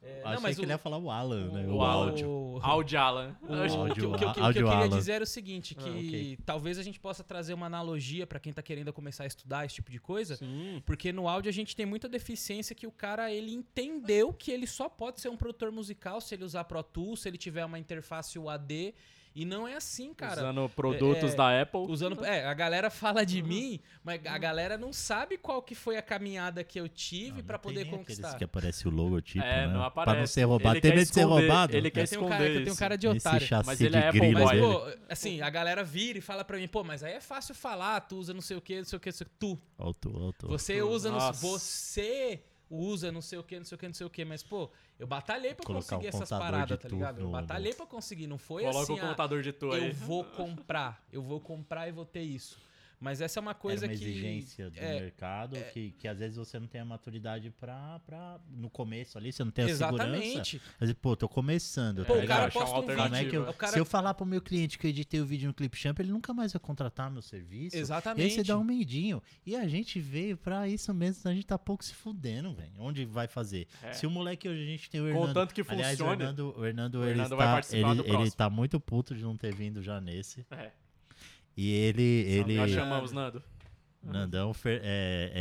A: É,
C: Achei que
A: o-
C: ele ia falar o Alan, né?
B: o
C: O,
B: Alan.
C: áudio.
A: o-
B: Áudio Alan.
A: O, o que- o que, o que- o que
C: Áudio
A: eu queria
C: ala.
A: dizer era o seguinte, que
B: Ah,
C: ok.
A: talvez a gente possa trazer uma analogia pra quem tá querendo começar a estudar esse tipo de coisa,
B: Sim.
A: porque no áudio a gente tem muita deficiência que o cara ele entendeu que ele só pode ser um produtor musical se ele usar Pro Tools, se ele tiver uma interface UAD, e não é assim, cara.
B: Usando produtos
A: é-
B: da Apple.
A: Usando, é, a galera fala de mim, mas a galera não sabe qual que foi a caminhada que eu
C: Não,
A: tive
C: não
A: pra
C: tem
A: poder
C: nem aqueles
A: conquistar.
C: que é aparece o logotipo,
B: É,
C: né?
B: não aparece.
C: Pra não ser roubado.
B: Ele
C: Tem
B: quer
C: medo de ser
B: esconder,
C: roubado?
B: ele quer
A: Eu tenho, um cara,
B: esconder
A: eu tenho um
B: isso.
A: cara de
C: Esse
A: otário.
C: chassi
B: Mas
C: de
B: ele é Apple
C: grilo
A: Mas,
B: Boy.
C: dele.
A: pô, assim, a galera vira e fala pra mim, pô, mas aí é fácil falar, tu usa não sei o que, não sei o que, não sei o que. Tu.
C: Alto, alto.
A: Você usa, não,
B: Nossa.
A: você usa não sei o que, não sei o que, não sei o que, mas, pô, eu batalhei pra
C: Colocar
A: conseguir
C: o
A: essas
C: contador
A: paradas,
C: de
A: tá
C: tu
A: ligado? Eu
C: no-
A: batalhei pra conseguir, não foi
B: Coloca
A: assim,
B: o
A: ah,
B: computador de tu aí.
A: eu vou comprar, eu vou comprar e vou ter isso. Mas essa é uma coisa
C: Era uma
A: que...
C: exigência do
A: é,
C: mercado que, que às vezes você não tem a maturidade pra, pra. No começo ali, você não tem a segurança.
A: Exatamente.
C: Mas, pô, tô começando.
A: Pô,
C: tá
A: o cara
B: achar
C: ligado?
B: É, uma
A: posta um
B: alternativa.
C: Como é que eu-
A: vídeo, o cara...
C: Se eu falar pro meu cliente que eu editei o vídeo no Clipchamp, ele nunca mais vai contratar meu serviço. E aí
A: Exatamente.
C: você dá um medinho. E a gente veio pra isso mesmo, a gente tá pouco se fudendo, velho. Onde vai fazer?
B: É.
C: Se o moleque hoje a gente tem o Hernando.
B: Contanto que
C: Aliás, o
B: funcione.
C: Hernando, o Hernando,
B: O
C: ele,
B: Hernando vai
C: está,
B: participar do
C: ele, ele
B: próximo.
C: tá muito puto de não ter vindo já nesse.
B: É.
C: E ele. ele
B: Nós chamamos, Nando.
C: Nandão Fer- é,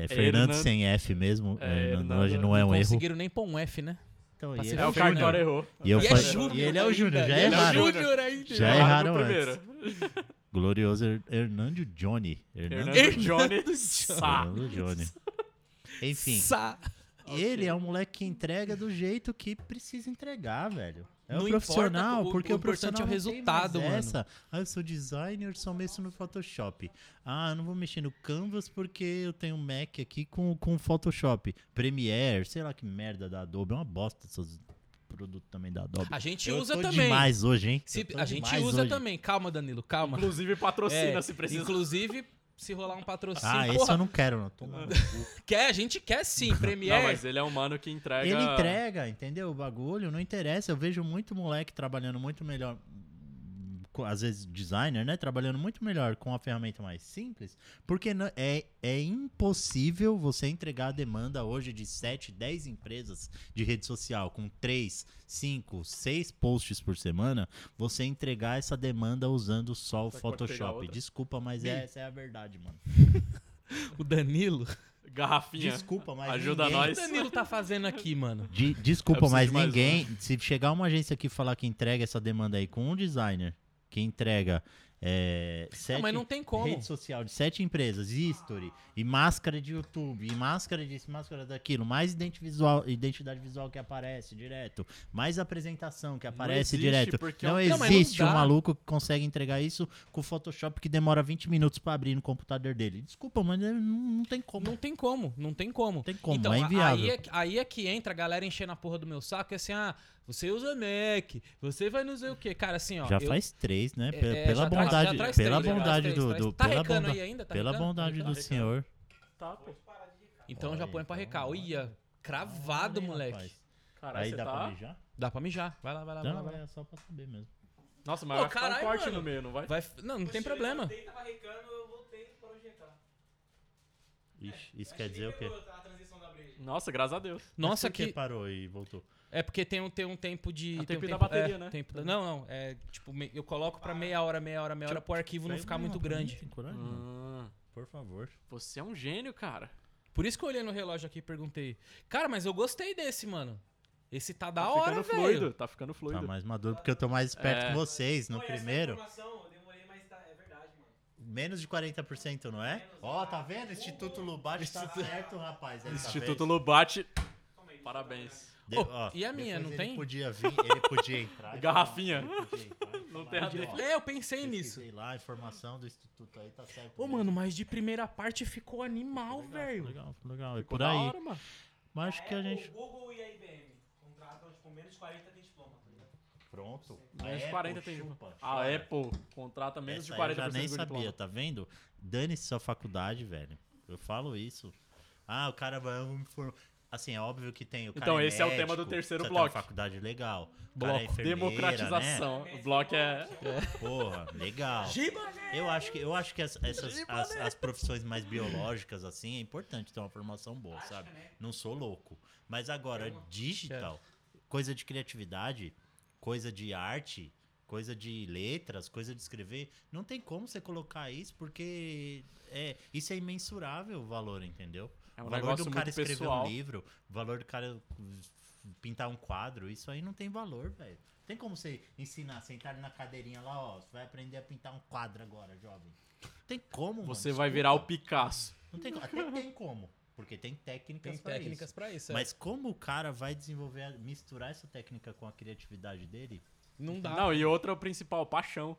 C: é- é Fernando
B: Hernando-
C: sem F mesmo.
B: É,
C: É,
B: Hernando-
C: Nandão, hoje não é um erro.
A: conseguiram nem pôr um F, né?
C: Então,
A: pra
C: e
A: se
C: ele
B: É, o
A: Fernando.
B: Cartório errou.
C: E eu
A: e é
C: falei-
A: Júnior
C: e ele é o
A: ainda,
C: Júnior, já
A: e ele
B: erraram.
A: é o Júnior ainda.
C: Já
B: Erraram
C: erraram
B: no
C: antes.
B: primeiro.
C: Glorioso Her- Hernando Johnny. Hernando,
B: Hernando Johnny
A: Ah!
B: Sá.
C: Hernando Johnny. Enfim,
A: Sa-
C: e ele é um moleque que entrega do jeito que precisa entregar, velho. É
A: Não
C: um
A: importa,
C: profissional,
A: o-
C: porque
A: o
C: o profissional
A: importante é o
C: não tem mais
A: resultado, mano.
C: Essa. Ah, eu sou designer, só mexo no Photoshop. Ah, eu não vou mexer no Canvas porque eu tenho um Mac aqui com, com Photoshop. Premiere, sei lá que merda da Adobe. É uma bosta esses produtos também da Adobe.
A: A gente
C: Eu
A: usa
C: tô
A: também.
C: demais hoje, hein?
A: Se-
C: Eu tô
A: a gente
C: demais
A: usa
C: hoje.
A: também. Calma, Danilo, calma.
B: Inclusive patrocina
A: É,
B: se precisar.
A: Inclusive, se rolar um patrocínio.
C: Ah, esse
A: porra,
C: eu não quero, não. Toma no cu.
A: quer, a gente quer sim, Premiere.
B: Não, mas ele é um mano que entrega.
C: Ele entrega, entendeu? O bagulho não interessa. Eu vejo muito moleque trabalhando muito melhor, com- às vezes designer, né? Trabalhando muito melhor com a ferramenta mais simples, porque não- é, é impossível você entregar a demanda hoje de 7, 10 empresas de rede social com 3, 5, 6 posts por semana, você entregar essa demanda usando só o
B: Será que pode pegar
C: Photoshop.
B: outra?
C: Desculpa, mas
B: Ih.
C: é- essa é a verdade, mano.
A: O Danilo.
B: Garrafinha.
C: Desculpa, mas
B: Ajuda
C: ninguém-
A: O que o
B: nós.
A: Danilo tá fazendo aqui, mano?
C: De-
B: Eu
C: desculpa,
A: É
B: preciso
C: mas
B: de mais
C: ninguém.
A: um.
C: Se chegar uma agência aqui e falar que entrega essa demanda aí com um designer que entrega é, sete
A: Não, mas não tem como.
C: rede social de sete empresas, e history, e máscara de YouTube, e máscara disso, máscara daquilo, mais identi- visual- identidade visual que aparece direto, mais apresentação que aparece
B: existe,
C: direto.
B: porque é
C: Não
B: um-
A: Não, mas não
C: existe
A: dá.
C: um maluco que consegue entregar isso com o Photoshop que demora 20 minutos pra abrir no computador dele. Desculpa, mas é, não, não tem como.
A: Não tem como, não tem como.
C: tem como,
A: então,
C: é
A: a-
C: inviável.
A: Aí é, que- aí é que entra a galera enchendo a porra do meu saco, que é assim, ah, você usa Mac, você vai não sei o quê. Cara, assim, ó.
C: Já
A: eu-
C: faz três, né? Pe-
A: é,
C: pela
A: já traz- já traz
C: bondade, pela
A: três, já traz
C: bondade
A: três,
C: do,
A: traz-
C: do-
A: Tá
C: pela,
A: recando
C: bonda-
A: aí ainda? Tá
C: pela
A: recando?
C: bondade do
A: Recando?
C: senhor.
B: Tá, pô.
A: Então já
C: Olha,
A: põe pra
C: então,
A: recar.
C: olha.
A: Olha, cravado,
C: Olha,
A: moleque.
C: rapaz.
B: Caralho,
C: Aí
B: você
C: dá
B: tá.
C: pra mijar?
A: Dá pra mijar. Vai lá, vai lá, vai lá.
C: Não,
A: vai lá.
C: é só pra saber mesmo.
B: Nossa, mas
A: Pô,
B: vai ficar
A: caralho,
B: um corte
A: mano.
B: no meio, não vai?
A: Vai f- não, não tem problema.
D: Eu tava recando, eu voltei para injetar.
C: Ixi, isso quer dizer o quê?
D: A transição da breja.
B: Nossa, graças a Deus.
C: Mas
A: Nossa,
C: por que
A: que.
C: parou e voltou.
A: É porque tem um, tem um tempo de.
B: É o
A: tem um
B: tempo da
A: é,
B: bateria, né? Ah.
A: tempo da- não, não. É tipo, me- eu coloco pra meia hora, meia hora, meia
B: Tipo,
A: hora pro arquivo não
C: Pega
A: ficar
C: é uma
A: muito
C: pra mim,
A: grande.
C: Tem coragem? mano?
B: Hum,
C: Por favor.
B: você é um gênio, cara.
A: Por isso que eu olhei no relógio aqui e perguntei. Cara, mas eu gostei desse, mano. Esse tá da
B: tá
A: hora,
B: ficando fluido,
A: velho.
B: tá ficando
C: Tá
B: fluido.
C: mais maduro porque eu tô mais esperto
B: É.
C: que vocês. No
D: Pô, e
C: primeiro,
D: Essa informação, eu demorei, mas tá, é verdade, mano. né?
C: menos de 40%, não é? Ó, tá vendo? Instituto Lubate tá certo, rapaz. dessa
B: Instituto
C: vez.
B: Lubate,
D: Calma aí. deixa eu
B: parabéns.
C: De-
A: Ô,
C: ó,
A: e a minha,
C: depois
A: não
C: ele
A: tem?
C: Podia vir, ele podia entrar. e
B: Garrafinha.
C: falar, ele podia entrar e
B: Não
C: falar,
B: tem a
C: ó,
B: ver.
A: É, eu pensei nisso.
C: pesquisei lá, a informação do instituto aí tá certo.
A: Ô,
C: mesmo.
A: mano, mas de primeira parte ficou animal, velho.
C: Legal, legal. É
B: Ficou
C: por
B: da
C: aí.
B: hora, mano.
C: Mas acho que a
D: Apple,
C: gente.
D: Google e a IBM contratam, tipo, menos de 40 tem diploma, tá ligado?
C: Pronto.
B: Menos de
C: Apple
B: 40 tem.
C: Ah, é,
B: um.
C: chupa,
B: A
C: chora.
B: Apple contrata menos
C: Essa
B: de
C: aí
B: 40%
C: Eu já nem
B: do
C: sabia,
B: diploma.
C: tá vendo? Dane-se sua faculdade, velho. Eu falo isso. Ah, o cara vai eu vou me formar. Assim, é óbvio que tem o cara
B: Então,
C: é
B: esse é o tema do
C: médico,
B: terceiro
C: precisa ter
B: bloco.
C: Uma faculdade legal. O cara é
B: Bloco.
C: enfermeira, Né?
B: Democratização. O bloco é.
C: Porra, legal.
A: Giba,
C: Eu acho que, eu acho que as, essas, as, as profissões mais biológicas, assim, é importante ter uma formação boa, sabe? Não sou louco. Mas agora, digital, coisa de criatividade, coisa de arte, coisa de letras, coisa de escrever, não tem como você colocar isso, porque é, isso é imensurável o valor, entendeu?
B: É
C: o
B: um
C: valor
B: negócio
C: do cara
B: muito
C: escrever
B: pessoal.
C: um livro, o valor do cara uh, pintar um quadro, isso aí não tem valor, velho. Tem como você ensinar, sentar na cadeirinha lá, ó, você vai aprender a pintar um quadro agora, jovem. Não tem como,
B: Você
C: mano,
B: vai
C: desculpa.
B: virar o Picasso.
C: Não tem como. Até tem como, porque tem técnicas
A: Tem
C: pra
A: técnicas
C: isso.
A: pra isso, é.
C: Mas como o cara vai desenvolver, a- misturar essa técnica com a criatividade dele?
A: não dá.
B: Não, e outra é o principal, paixão.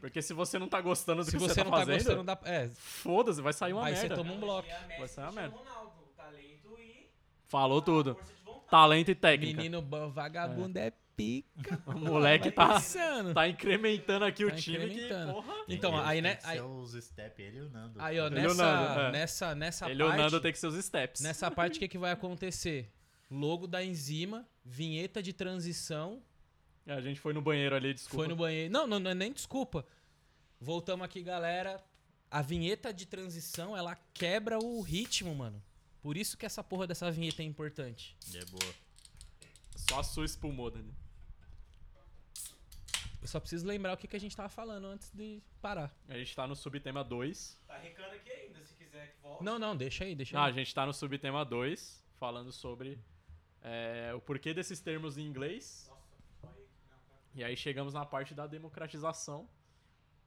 B: Porque se você não tá gostando do
A: Se
B: que você,
A: você
B: tá
A: não tá
B: fazendo,
A: gostando da. É,
B: foda-se, vai sair uma
A: Aí você
B: merda. É
A: toma um bloco.
D: E a Messi
B: Vai ser uma
D: Cristiano
B: merda.
D: Ronaldo, talento e
B: Falou tudo.
D: força de vontade.
B: Talento e técnica.
A: menino bom, vagabundo é, pica.
B: o moleque
A: vai
B: tá,
A: pensando.
B: tá incrementando aqui o
A: Tá
B: time que,
A: incrementando.
B: porra...
C: Tem
A: Então,
C: que-
A: aí,
C: tem
A: né,
C: que
A: aí-
C: ser os step, ele e o Nando.
A: Aí, ó, né?
B: Ele e o
A: nessa,
B: Nando, é.
A: nessa, nessa
B: Ele e o
A: parte.
B: Nando tem que ser os steps.
A: Nessa parte, o que, que vai acontecer? Logo da enzima, vinheta de transição.
B: É, A gente foi no banheiro ali, desculpa.
A: Foi no banheiro. Não, não, não, é nem desculpa. Voltamos aqui, galera. A vinheta de transição, ela quebra o ritmo, mano. Por isso que essa porra dessa vinheta é importante.
C: É boa.
B: Só a sua espumou, Dani.
A: Eu só preciso lembrar o que, que a gente tava falando antes de parar.
B: A gente tá no subtema 2.
D: Tá recando aqui ainda, se quiser que volte.
A: Não, não, deixa aí, deixa
B: Ah, a
A: aí.
B: gente tá no subtema 2, falando sobre é, o porquê desses termos em inglês.
D: Nossa, vai. Não, tá.
B: E aí chegamos na parte da democratização,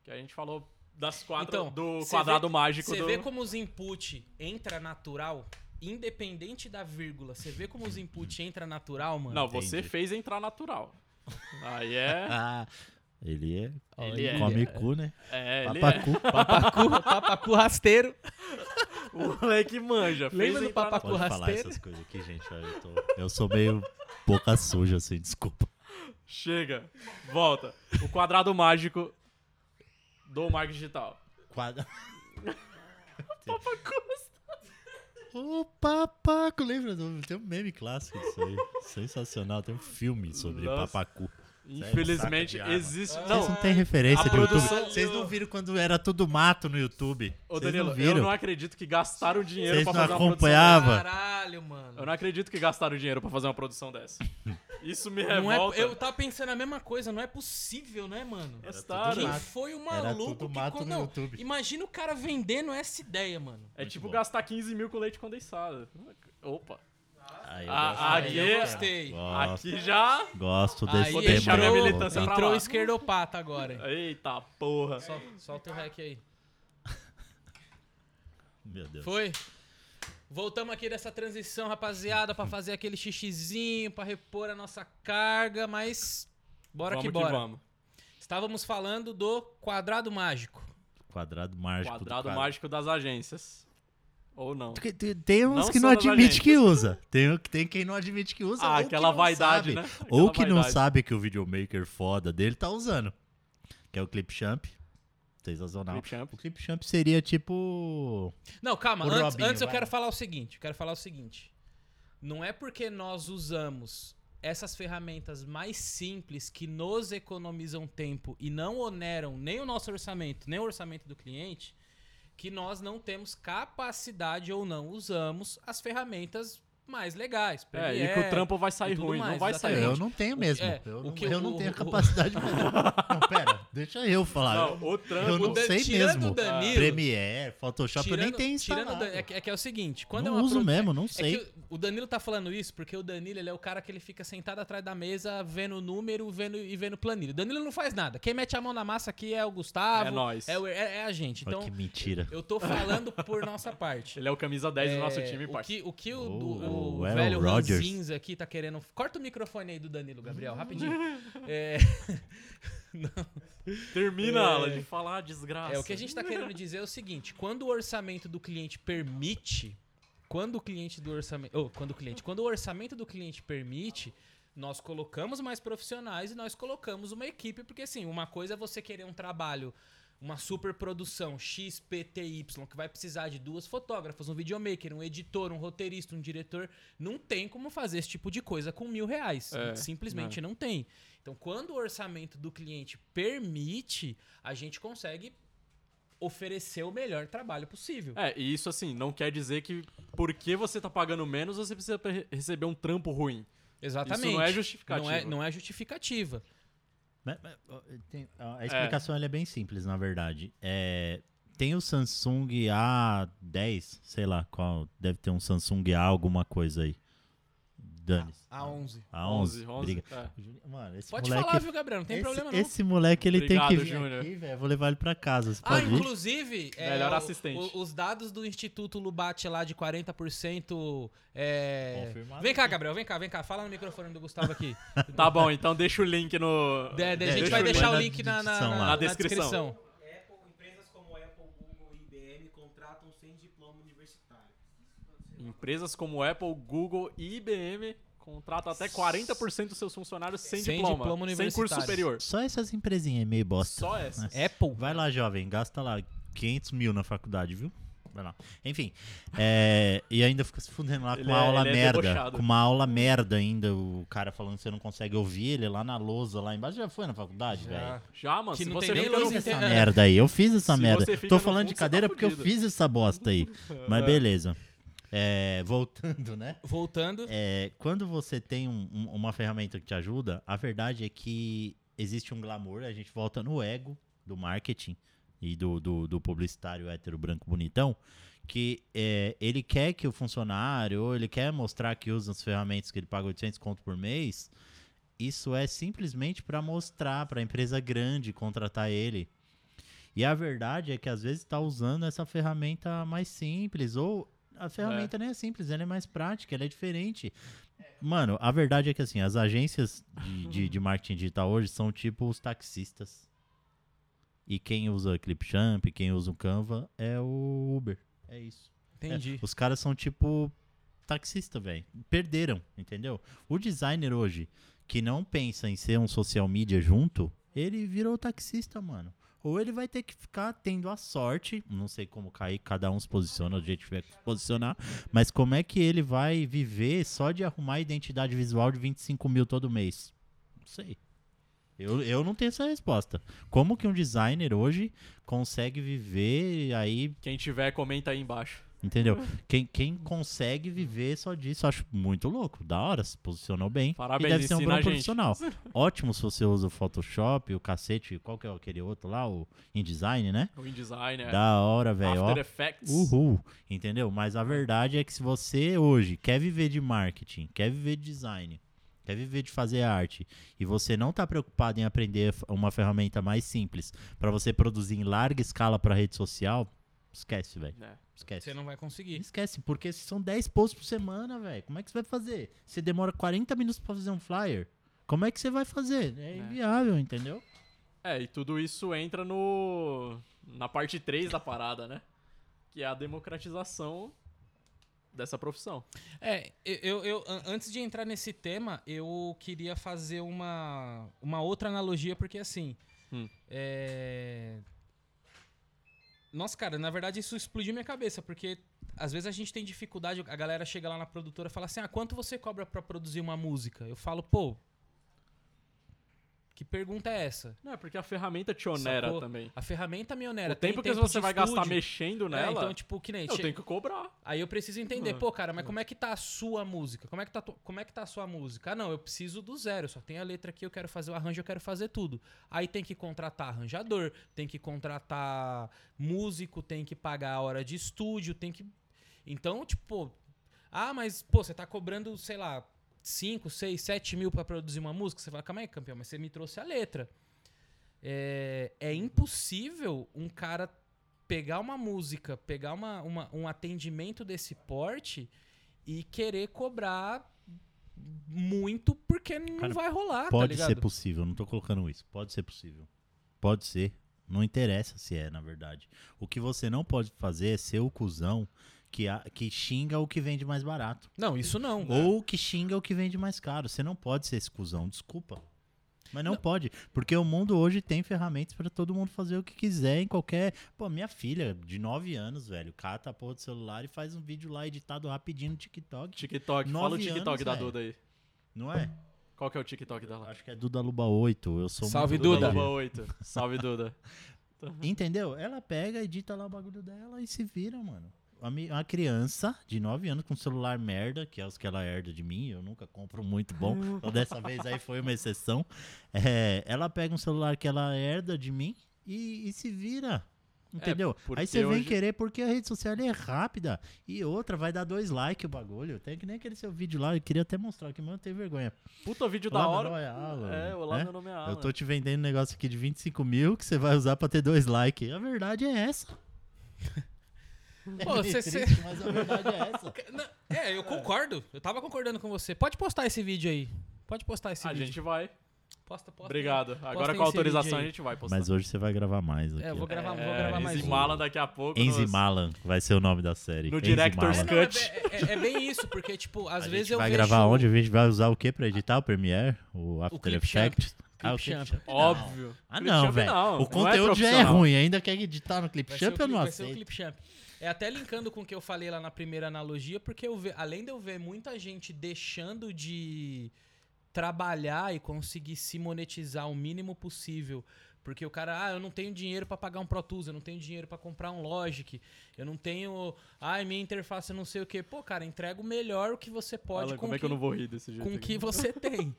B: que a gente falou das quatro
A: Então,
B: do
A: cê
B: quadrado
A: vê-
B: mágico
A: Você
B: do
A: vê como os input entra natural, independente da vírgula. Você vê como os input entra natural, mano?
B: Não,
C: Entendi.
B: você fez entrar natural. Aí é,
C: Ah, ele é.
B: Ele é.
C: Come cu, né?
B: é, ele é.
C: Papacu.
A: Papacu, papacu Tá, rasteiro.
B: O moleque manja. Fez
A: Lembra do
B: entrar
A: papacu?
C: Pode falar
A: rasteiro.
C: essas coisas aqui, gente. olha, Eu, tô- eu sou meio boca suja, assim, desculpa.
B: na- Chega. Volta. O quadrado mágico do marketing digital.
C: Quadra... O papaco, lembra? do- Tem um meme clássico disso aí. Sensacional, tem um filme sobre
B: Nossa.
C: papacu.
B: Infelizmente
C: saco é de arma.
B: existe.
C: Ah. Vocês não
B: Não, é,
C: têm referência
B: a
C: de YouTube.
B: produção-
C: Vocês não viram quando era tudo mato no YouTube.
B: ô
C: Vocês
B: Danilo,
C: não
B: eu
C: viram.
B: não acredito que gastaram dinheiro
C: Vocês
B: pra
C: não
B: fazer uma produção.
C: acompanhavam.
A: Caralho, mano.
B: Eu não acredito que gastaram dinheiro pra fazer uma produção dessa. Isso me
A: Não é-
B: revolta.
A: eu tava pensando a mesma coisa, não é possível, né, mano?
B: É
C: Era tudo
B: Gastaram.
A: Quem
C: mato.
A: foi o
C: Era
A: maluco
C: tudo
A: que
C: mato
A: con-
C: no
A: não,
C: YouTube.
A: Imagina o cara vendendo essa ideia, mano.
B: É
C: Muito
B: tipo
C: bom.
B: gastar 15 mil com leite condensado. Opa.
C: Aí eu
B: A-
C: gosto.
B: a-
A: Aí eu
B: aqui-
A: gostei.
C: Gosto,
B: Ah, Aqui já.
C: gosto desse
A: Aí
B: Vou
C: tema.
B: deixar minha
A: entrou-
B: militância pra
A: Entrou
B: lá.
A: o esquerdopata agora.
B: Eita porra.
A: Sol- solta o rec aí.
C: Meu Deus.
A: Foi? Voltamos aqui dessa transição, rapaziada, pra fazer aquele xixizinho, pra repor a nossa carga, mas bora
B: vamos
A: que bora.
B: vamos.
A: Estávamos falando do quadrado mágico.
C: Quadrado mágico. do
B: Quadrado
C: tipo, cara.
B: mágico das agências. Ou não.
C: Porque Tem, tem uns
B: Não
C: que não
B: somos a
C: admite
B: gente.
C: que usa. Tem, tem quem não admite que usa.
B: Ah,
C: ou que
B: aquela
C: não
B: vaidade,
C: sabe.
B: né?
C: ou
B: Aquela
C: que não
B: vaidade.
C: sabe que o videomaker foda dele tá usando. Que é o Clipchamp. Sensacional.
B: Clipchamp.
C: O Clipchamp seria tipo.
A: Não, calma,
C: O
A: antes,
C: Robinho,
A: antes eu
C: vai.
A: quero falar o seguinte, eu quero falar o seguinte. Não é porque nós usamos essas ferramentas mais simples que nos economizam tempo e não oneram nem o nosso orçamento, nem o orçamento do cliente, que nós não temos capacidade ou não usamos as ferramentas mais legais.
B: É, e que o
A: Premiere,
B: trampo vai
A: e
B: sair
A: tudo
B: ruim,
A: mais,
B: não vai
A: exatamente.
B: sair.
A: É,
C: eu não tenho mesmo.
A: é,
C: eu,
A: o
C: não,
A: que
C: eu
A: o-
C: não tenho a
A: o-
C: capacidade de mudar. Não, pera, deixa eu falar.
B: Não, o trampo.
C: eu não
A: Dan-
C: sei
A: tirando
C: mesmo.
A: o Danilo-
C: Premiere, Photoshop, eu nem
A: Tirando-
C: tenho
A: tirando
C: instalado.
A: o Dan- é, que, é que é o seguinte, quando
C: não
A: é uma
C: uso
A: pro-
C: mesmo, não
A: É
C: sei.
A: que o o Danilo tá falando isso porque o Danilo ele é o cara que ele fica sentado atrás da mesa vendo o número vendo, e vendo planilha. O Danilo não faz nada. Quem mete a mão na massa aqui é o Gustavo.
B: É nós.
A: É, o- é- é a gente.
C: Olha
A: Então,
C: que mentira.
A: eu tô falando por nossa parte.
B: Ele é o camisa 10 do nosso
A: É,
B: time,
A: o
B: parceiro.
A: que, o que o,
C: Oh,
A: do- o
C: o Aaron
A: velho
C: Rodgers.
A: Ranzinza aqui tá querendo. Corta o microfone aí do Danilo, Gabriel, rapidinho. É,
B: Termina,
A: É.
B: Alan, de falar a desgraça.
A: É, o que a gente tá querendo dizer é o seguinte: quando o orçamento do cliente permite, quando o cliente do orçamento. Oh, quando o cliente, quando o orçamento do cliente permite, nós colocamos mais profissionais e nós colocamos uma equipe, porque assim, uma coisa é você querer um trabalho. Uma super produção XPTY que vai precisar de duas fotógrafas, um videomaker, um editor, um roteirista, um diretor. Não tem como fazer esse tipo de coisa com mil reais.
B: É,
A: Simplesmente não tem. Então, quando o orçamento do cliente permite, a gente consegue oferecer o melhor trabalho possível.
B: É, e isso assim, não quer dizer que porque você tá pagando menos, você precisa pre- receber um trampo ruim.
A: Exatamente.
B: Isso não é justificativo.
A: Não é, não é justificativa.
C: Mas- mas, ó, tem- a a explicação ela é bem simples, na verdade. É, tem o Samsung A10, sei lá qual, deve ter um Samsung A alguma coisa aí. Dane
A: A 11.
C: A11.
B: 11, 11,
C: briga.
B: é.
C: Mano, esse
A: Pode
C: moleque,
A: falar, viu, Gabriel? Não tem
C: esse,
A: problema não.
C: esse moleque, ele tem
B: Obrigado,
C: que vir
B: Júnior.
C: aqui, velho. eu Vou levar ele pra casa, você
A: Ah,
C: pode ir?
A: inclusive, é,
B: Melhor
A: o-
B: assistente.
A: o- os dados do Instituto Lubate lá de 40%. É...
C: Confirmado.
A: Vem cá, Gabriel, vem cá, vem cá. Fala no microfone do Gustavo aqui.
B: Tá bom, então deixa o link no.
A: De- de- a gente
C: deixa
A: vai
C: eu
A: deixar
C: ver
A: o
C: na
A: link na, na-
C: descrição
A: na-
C: lá.
A: na
B: Na descrição.
A: descrição.
D: Apple, empresas como Apple, Google e IBM contratam sem diploma universitário.
B: Empresas como Apple, Google e IBM contratam até 40% dos seus funcionários sem,
A: Sem
B: diploma,
A: diploma
B: sem curso
A: universitário.
B: superior.
C: Só essas empresinhas meio bosta.
B: Só essas.
A: Apple.
C: Vai lá, jovem, gasta lá 500 mil na faculdade, viu? Vai lá. Enfim, é, e ainda fica se fudendo lá com
B: Ele
C: uma
B: é-
C: aula
B: ele é
C: merda.
B: debochado.
C: com uma aula merda ainda, o cara falando que você não consegue ouvir ele lá na lousa, lá embaixo. Já foi na faculdade, velho?
B: Já, mano,
A: Que
B: se
A: não
B: você
A: tem nem
B: fica no-
A: luz
C: Essa
A: interna-
C: merda aí, eu fiz essa
B: é. Se
C: merda.
B: você fica
C: Tô
B: no
C: falando
B: fundo,
C: de
B: você tá
C: cadeira porque eu
B: fudido.
C: fiz essa bosta aí. Mas
B: É.
C: beleza. É, voltando, né?
A: Voltando.
C: É, quando você tem um- um- uma ferramenta que te ajuda, a verdade é que existe um glamour, a gente volta no ego do marketing e do, do, do publicitário hétero branco bonitão, que é, ele quer que o funcionário, ou ele quer mostrar que usa as ferramentas que ele paga 800 conto por mês, isso é simplesmente para mostrar para a empresa grande contratar ele. E a verdade é que às vezes está usando essa ferramenta mais simples, ou a ferramenta nem é simples, ela é mais prática, ela é diferente. Mano, a verdade é que assim, as agências de, de, de marketing digital hoje são tipo os taxistas. E quem usa Clipchamp, quem usa o Canva é o Uber. É isso.
A: Entendi.
C: Os caras são tipo taxista, velho. Perderam, entendeu? O designer hoje, que não pensa em ser um social media junto, ele virou taxista, mano. Ou ele vai ter que ficar tendo a sorte, não sei como cair, cada um se posiciona do jeito que tiver que se posicionar, mas como é que ele vai viver só de arrumar identidade visual de 25 mil todo mês? Não sei. Eu, eu não tenho essa resposta. Como que um designer hoje consegue viver aí
B: Quem tiver, comenta aí embaixo.
C: Entendeu?
B: Uhum.
C: Quem, quem consegue viver só disso, eu acho muito louco. Da hora, se posicionou bem.
B: Parabéns,
C: e deve ser um
B: ensina
C: bom
B: a gente.
C: profissional. Ótimo se você usa o Photoshop, o cacete, qual que é aquele outro lá, o InDesign, né?
B: O InDesign, é.
C: Da hora, velho. ó.
B: After Effects.
C: Uhul. Entendeu? Mas a verdade é que se você hoje quer viver de marketing, quer viver de design, quer viver de fazer arte, e você não tá preocupado em aprender f- uma ferramenta mais simples para você produzir em larga escala para rede social, esquece, velho.
B: É.
C: Esquece.
A: Você não vai conseguir.
C: Esquece, porque são 10 posts por semana, velho. Como é que você vai fazer? Você demora 40 minutos pra fazer um flyer? Como é que você vai fazer? É inviável, entendeu?
A: Tá,
B: É, e tudo isso entra no. na parte 3 da parada, né? Que é a democratização dessa profissão.
A: É, eu, eu- eu- an- antes de entrar nesse tema, eu queria fazer uma, uma outra analogia, porque assim.
B: Hum.
A: é, Nossa, cara, na verdade isso explodiu minha cabeça, porque às vezes a gente tem dificuldade, a galera chega lá na produtora e fala assim: "Ah, quanto você cobra pra produzir uma música?". Eu falo: "Pô, que pergunta é essa?".
B: Não, é porque a ferramenta te onera
A: Sacou?
B: também.
A: A ferramenta me onera.
B: o tempo que você vai gastar mexendo
A: nela.
B: nela,
A: então, tipo, que nem
B: eu
A: che-
B: tenho que cobrar.
A: Aí eu preciso entender,
B: Ah.
A: pô, cara, mas como é que tá a sua música? Como é que tá, tu- como é que tá a sua música? Ah, não, eu preciso do zero, só tem a letra aqui, eu quero fazer o arranjo, eu quero fazer tudo. Aí tem que contratar arranjador, tem que contratar músico, tem que pagar a hora de estúdio, tem que. Então, tipo, ah, mas, pô, você tá cobrando, sei lá, 5, 6, 7 mil pra produzir uma música? Você fala, calma aí, campeão, mas você me trouxe a letra. É, é impossível um cara pegar uma música, pegar uma, uma- um atendimento desse porte e querer cobrar muito porque não
C: Cara,
A: vai rolar, tá
C: Pode
A: ligado?
C: ser possível, não tô colocando isso. Pode ser possível. Pode ser. Não interessa se é, na verdade. O que você não pode fazer é ser o cuzão que, a- que xinga o que vende mais barato.
A: Não, isso não.
C: Ou que xinga é o que vende mais caro. Você não pode ser esse cuzão, desculpa. Mas não, pode, porque o mundo hoje tem ferramentas pra todo mundo fazer o que quiser em qualquer. Pô, minha filha de 9 anos, velho, cata a porra do celular e faz um vídeo lá editado rapidinho no TikTok.
B: TikTok, fala o
C: Nove
B: TikTok
C: anos,
B: da
C: velho.
B: Duda aí.
C: Não é?
B: Qual que é o TikTok dela?
C: Acho que é Duda Luba 8. Eu sou muito
A: Salve, Duda.
B: Loba 8. Salve, Duda. Uhum.
C: Entendeu? Ela pega, edita lá o bagulho dela e se vira, mano. A mi- Uma criança de 9 anos com um celular merda, que é os que ela herda de mim, eu nunca compro muito bom, então dessa vez aí foi uma exceção. É, ela pega um celular que ela herda de mim e, e se vira. Entendeu?
B: É, porque
C: aí você vem
B: hoje-
C: querer porque a rede social é rápida. E outra, vai dar dois likes o bagulho. Tem que nem aquele seu vídeo lá, eu queria até mostrar que, mano, eu tenho vergonha.
B: Puta vídeo
C: Olá,
B: da
C: meu
B: hora.
C: nome é Alan,
B: é, olá,
C: né?
B: meu nome é
C: Eu
A: Ah,
B: Alan.
C: tô te vendendo um negócio aqui de 25 mil que você vai usar pra ter dois likes. A verdade é essa. É
A: Pô,
C: meio
A: você-
C: triste,
A: você-
C: mas a verdade é essa.
A: Não, é, eu concordo. Eu tava concordando com você. Pode postar esse vídeo aí. Pode postar esse
B: A
A: vídeo.
B: gente vai.
A: Posta, posta.
B: Obrigado. Agora
A: aí
B: com
A: esse vídeo
B: a autorização a
A: aí.
B: gente vai postar.
C: Mas hoje você vai gravar mais aqui.
A: É, eu vou
C: ó.
A: gravar, vou
B: É,
A: gravar mais um.
B: Enzimala daqui a pouco. nos-
C: Enzimalan vai ser o nome da série.
B: No Director's
A: É,
C: Enzimalan.
A: não, é,
B: Cut.
A: é- é- é bem isso, porque, tipo, às
C: a
A: vezes
C: gente
A: eu
C: vai
A: vejo...
C: gravar onde? A gente vai usar o que pra editar? O Premiere? O After
A: Clipchamp.
C: Effects? Ah, o
A: Clipchamp.
C: Clipchamp.
B: Óbvio.
C: Ah,
B: Clipchamp
C: não, velho.
B: não, não
C: O conteúdo já é
B: profissional.
C: ruim. Ainda quer editar no
A: Vai ser o
C: Clipchamp? Eu
A: clipe-
C: não
A: vai ser o
C: aceito.
A: Clipchamp. É até linkando com o que eu falei lá na primeira analogia, porque eu ve- além de eu ver muita gente deixando de trabalhar e conseguir se monetizar o mínimo possível, porque o cara, ah, eu não tenho dinheiro pra pagar um Pro Tools, eu não tenho dinheiro pra comprar um Logic, eu não tenho, ai, minha interface eu não sei o quê. Pô, cara, entrega o melhor o que você pode
B: Alan,
A: com
B: como
A: o
B: é que eu não vou rir desse jeito?
A: com o
B: aqui?
A: que você tem.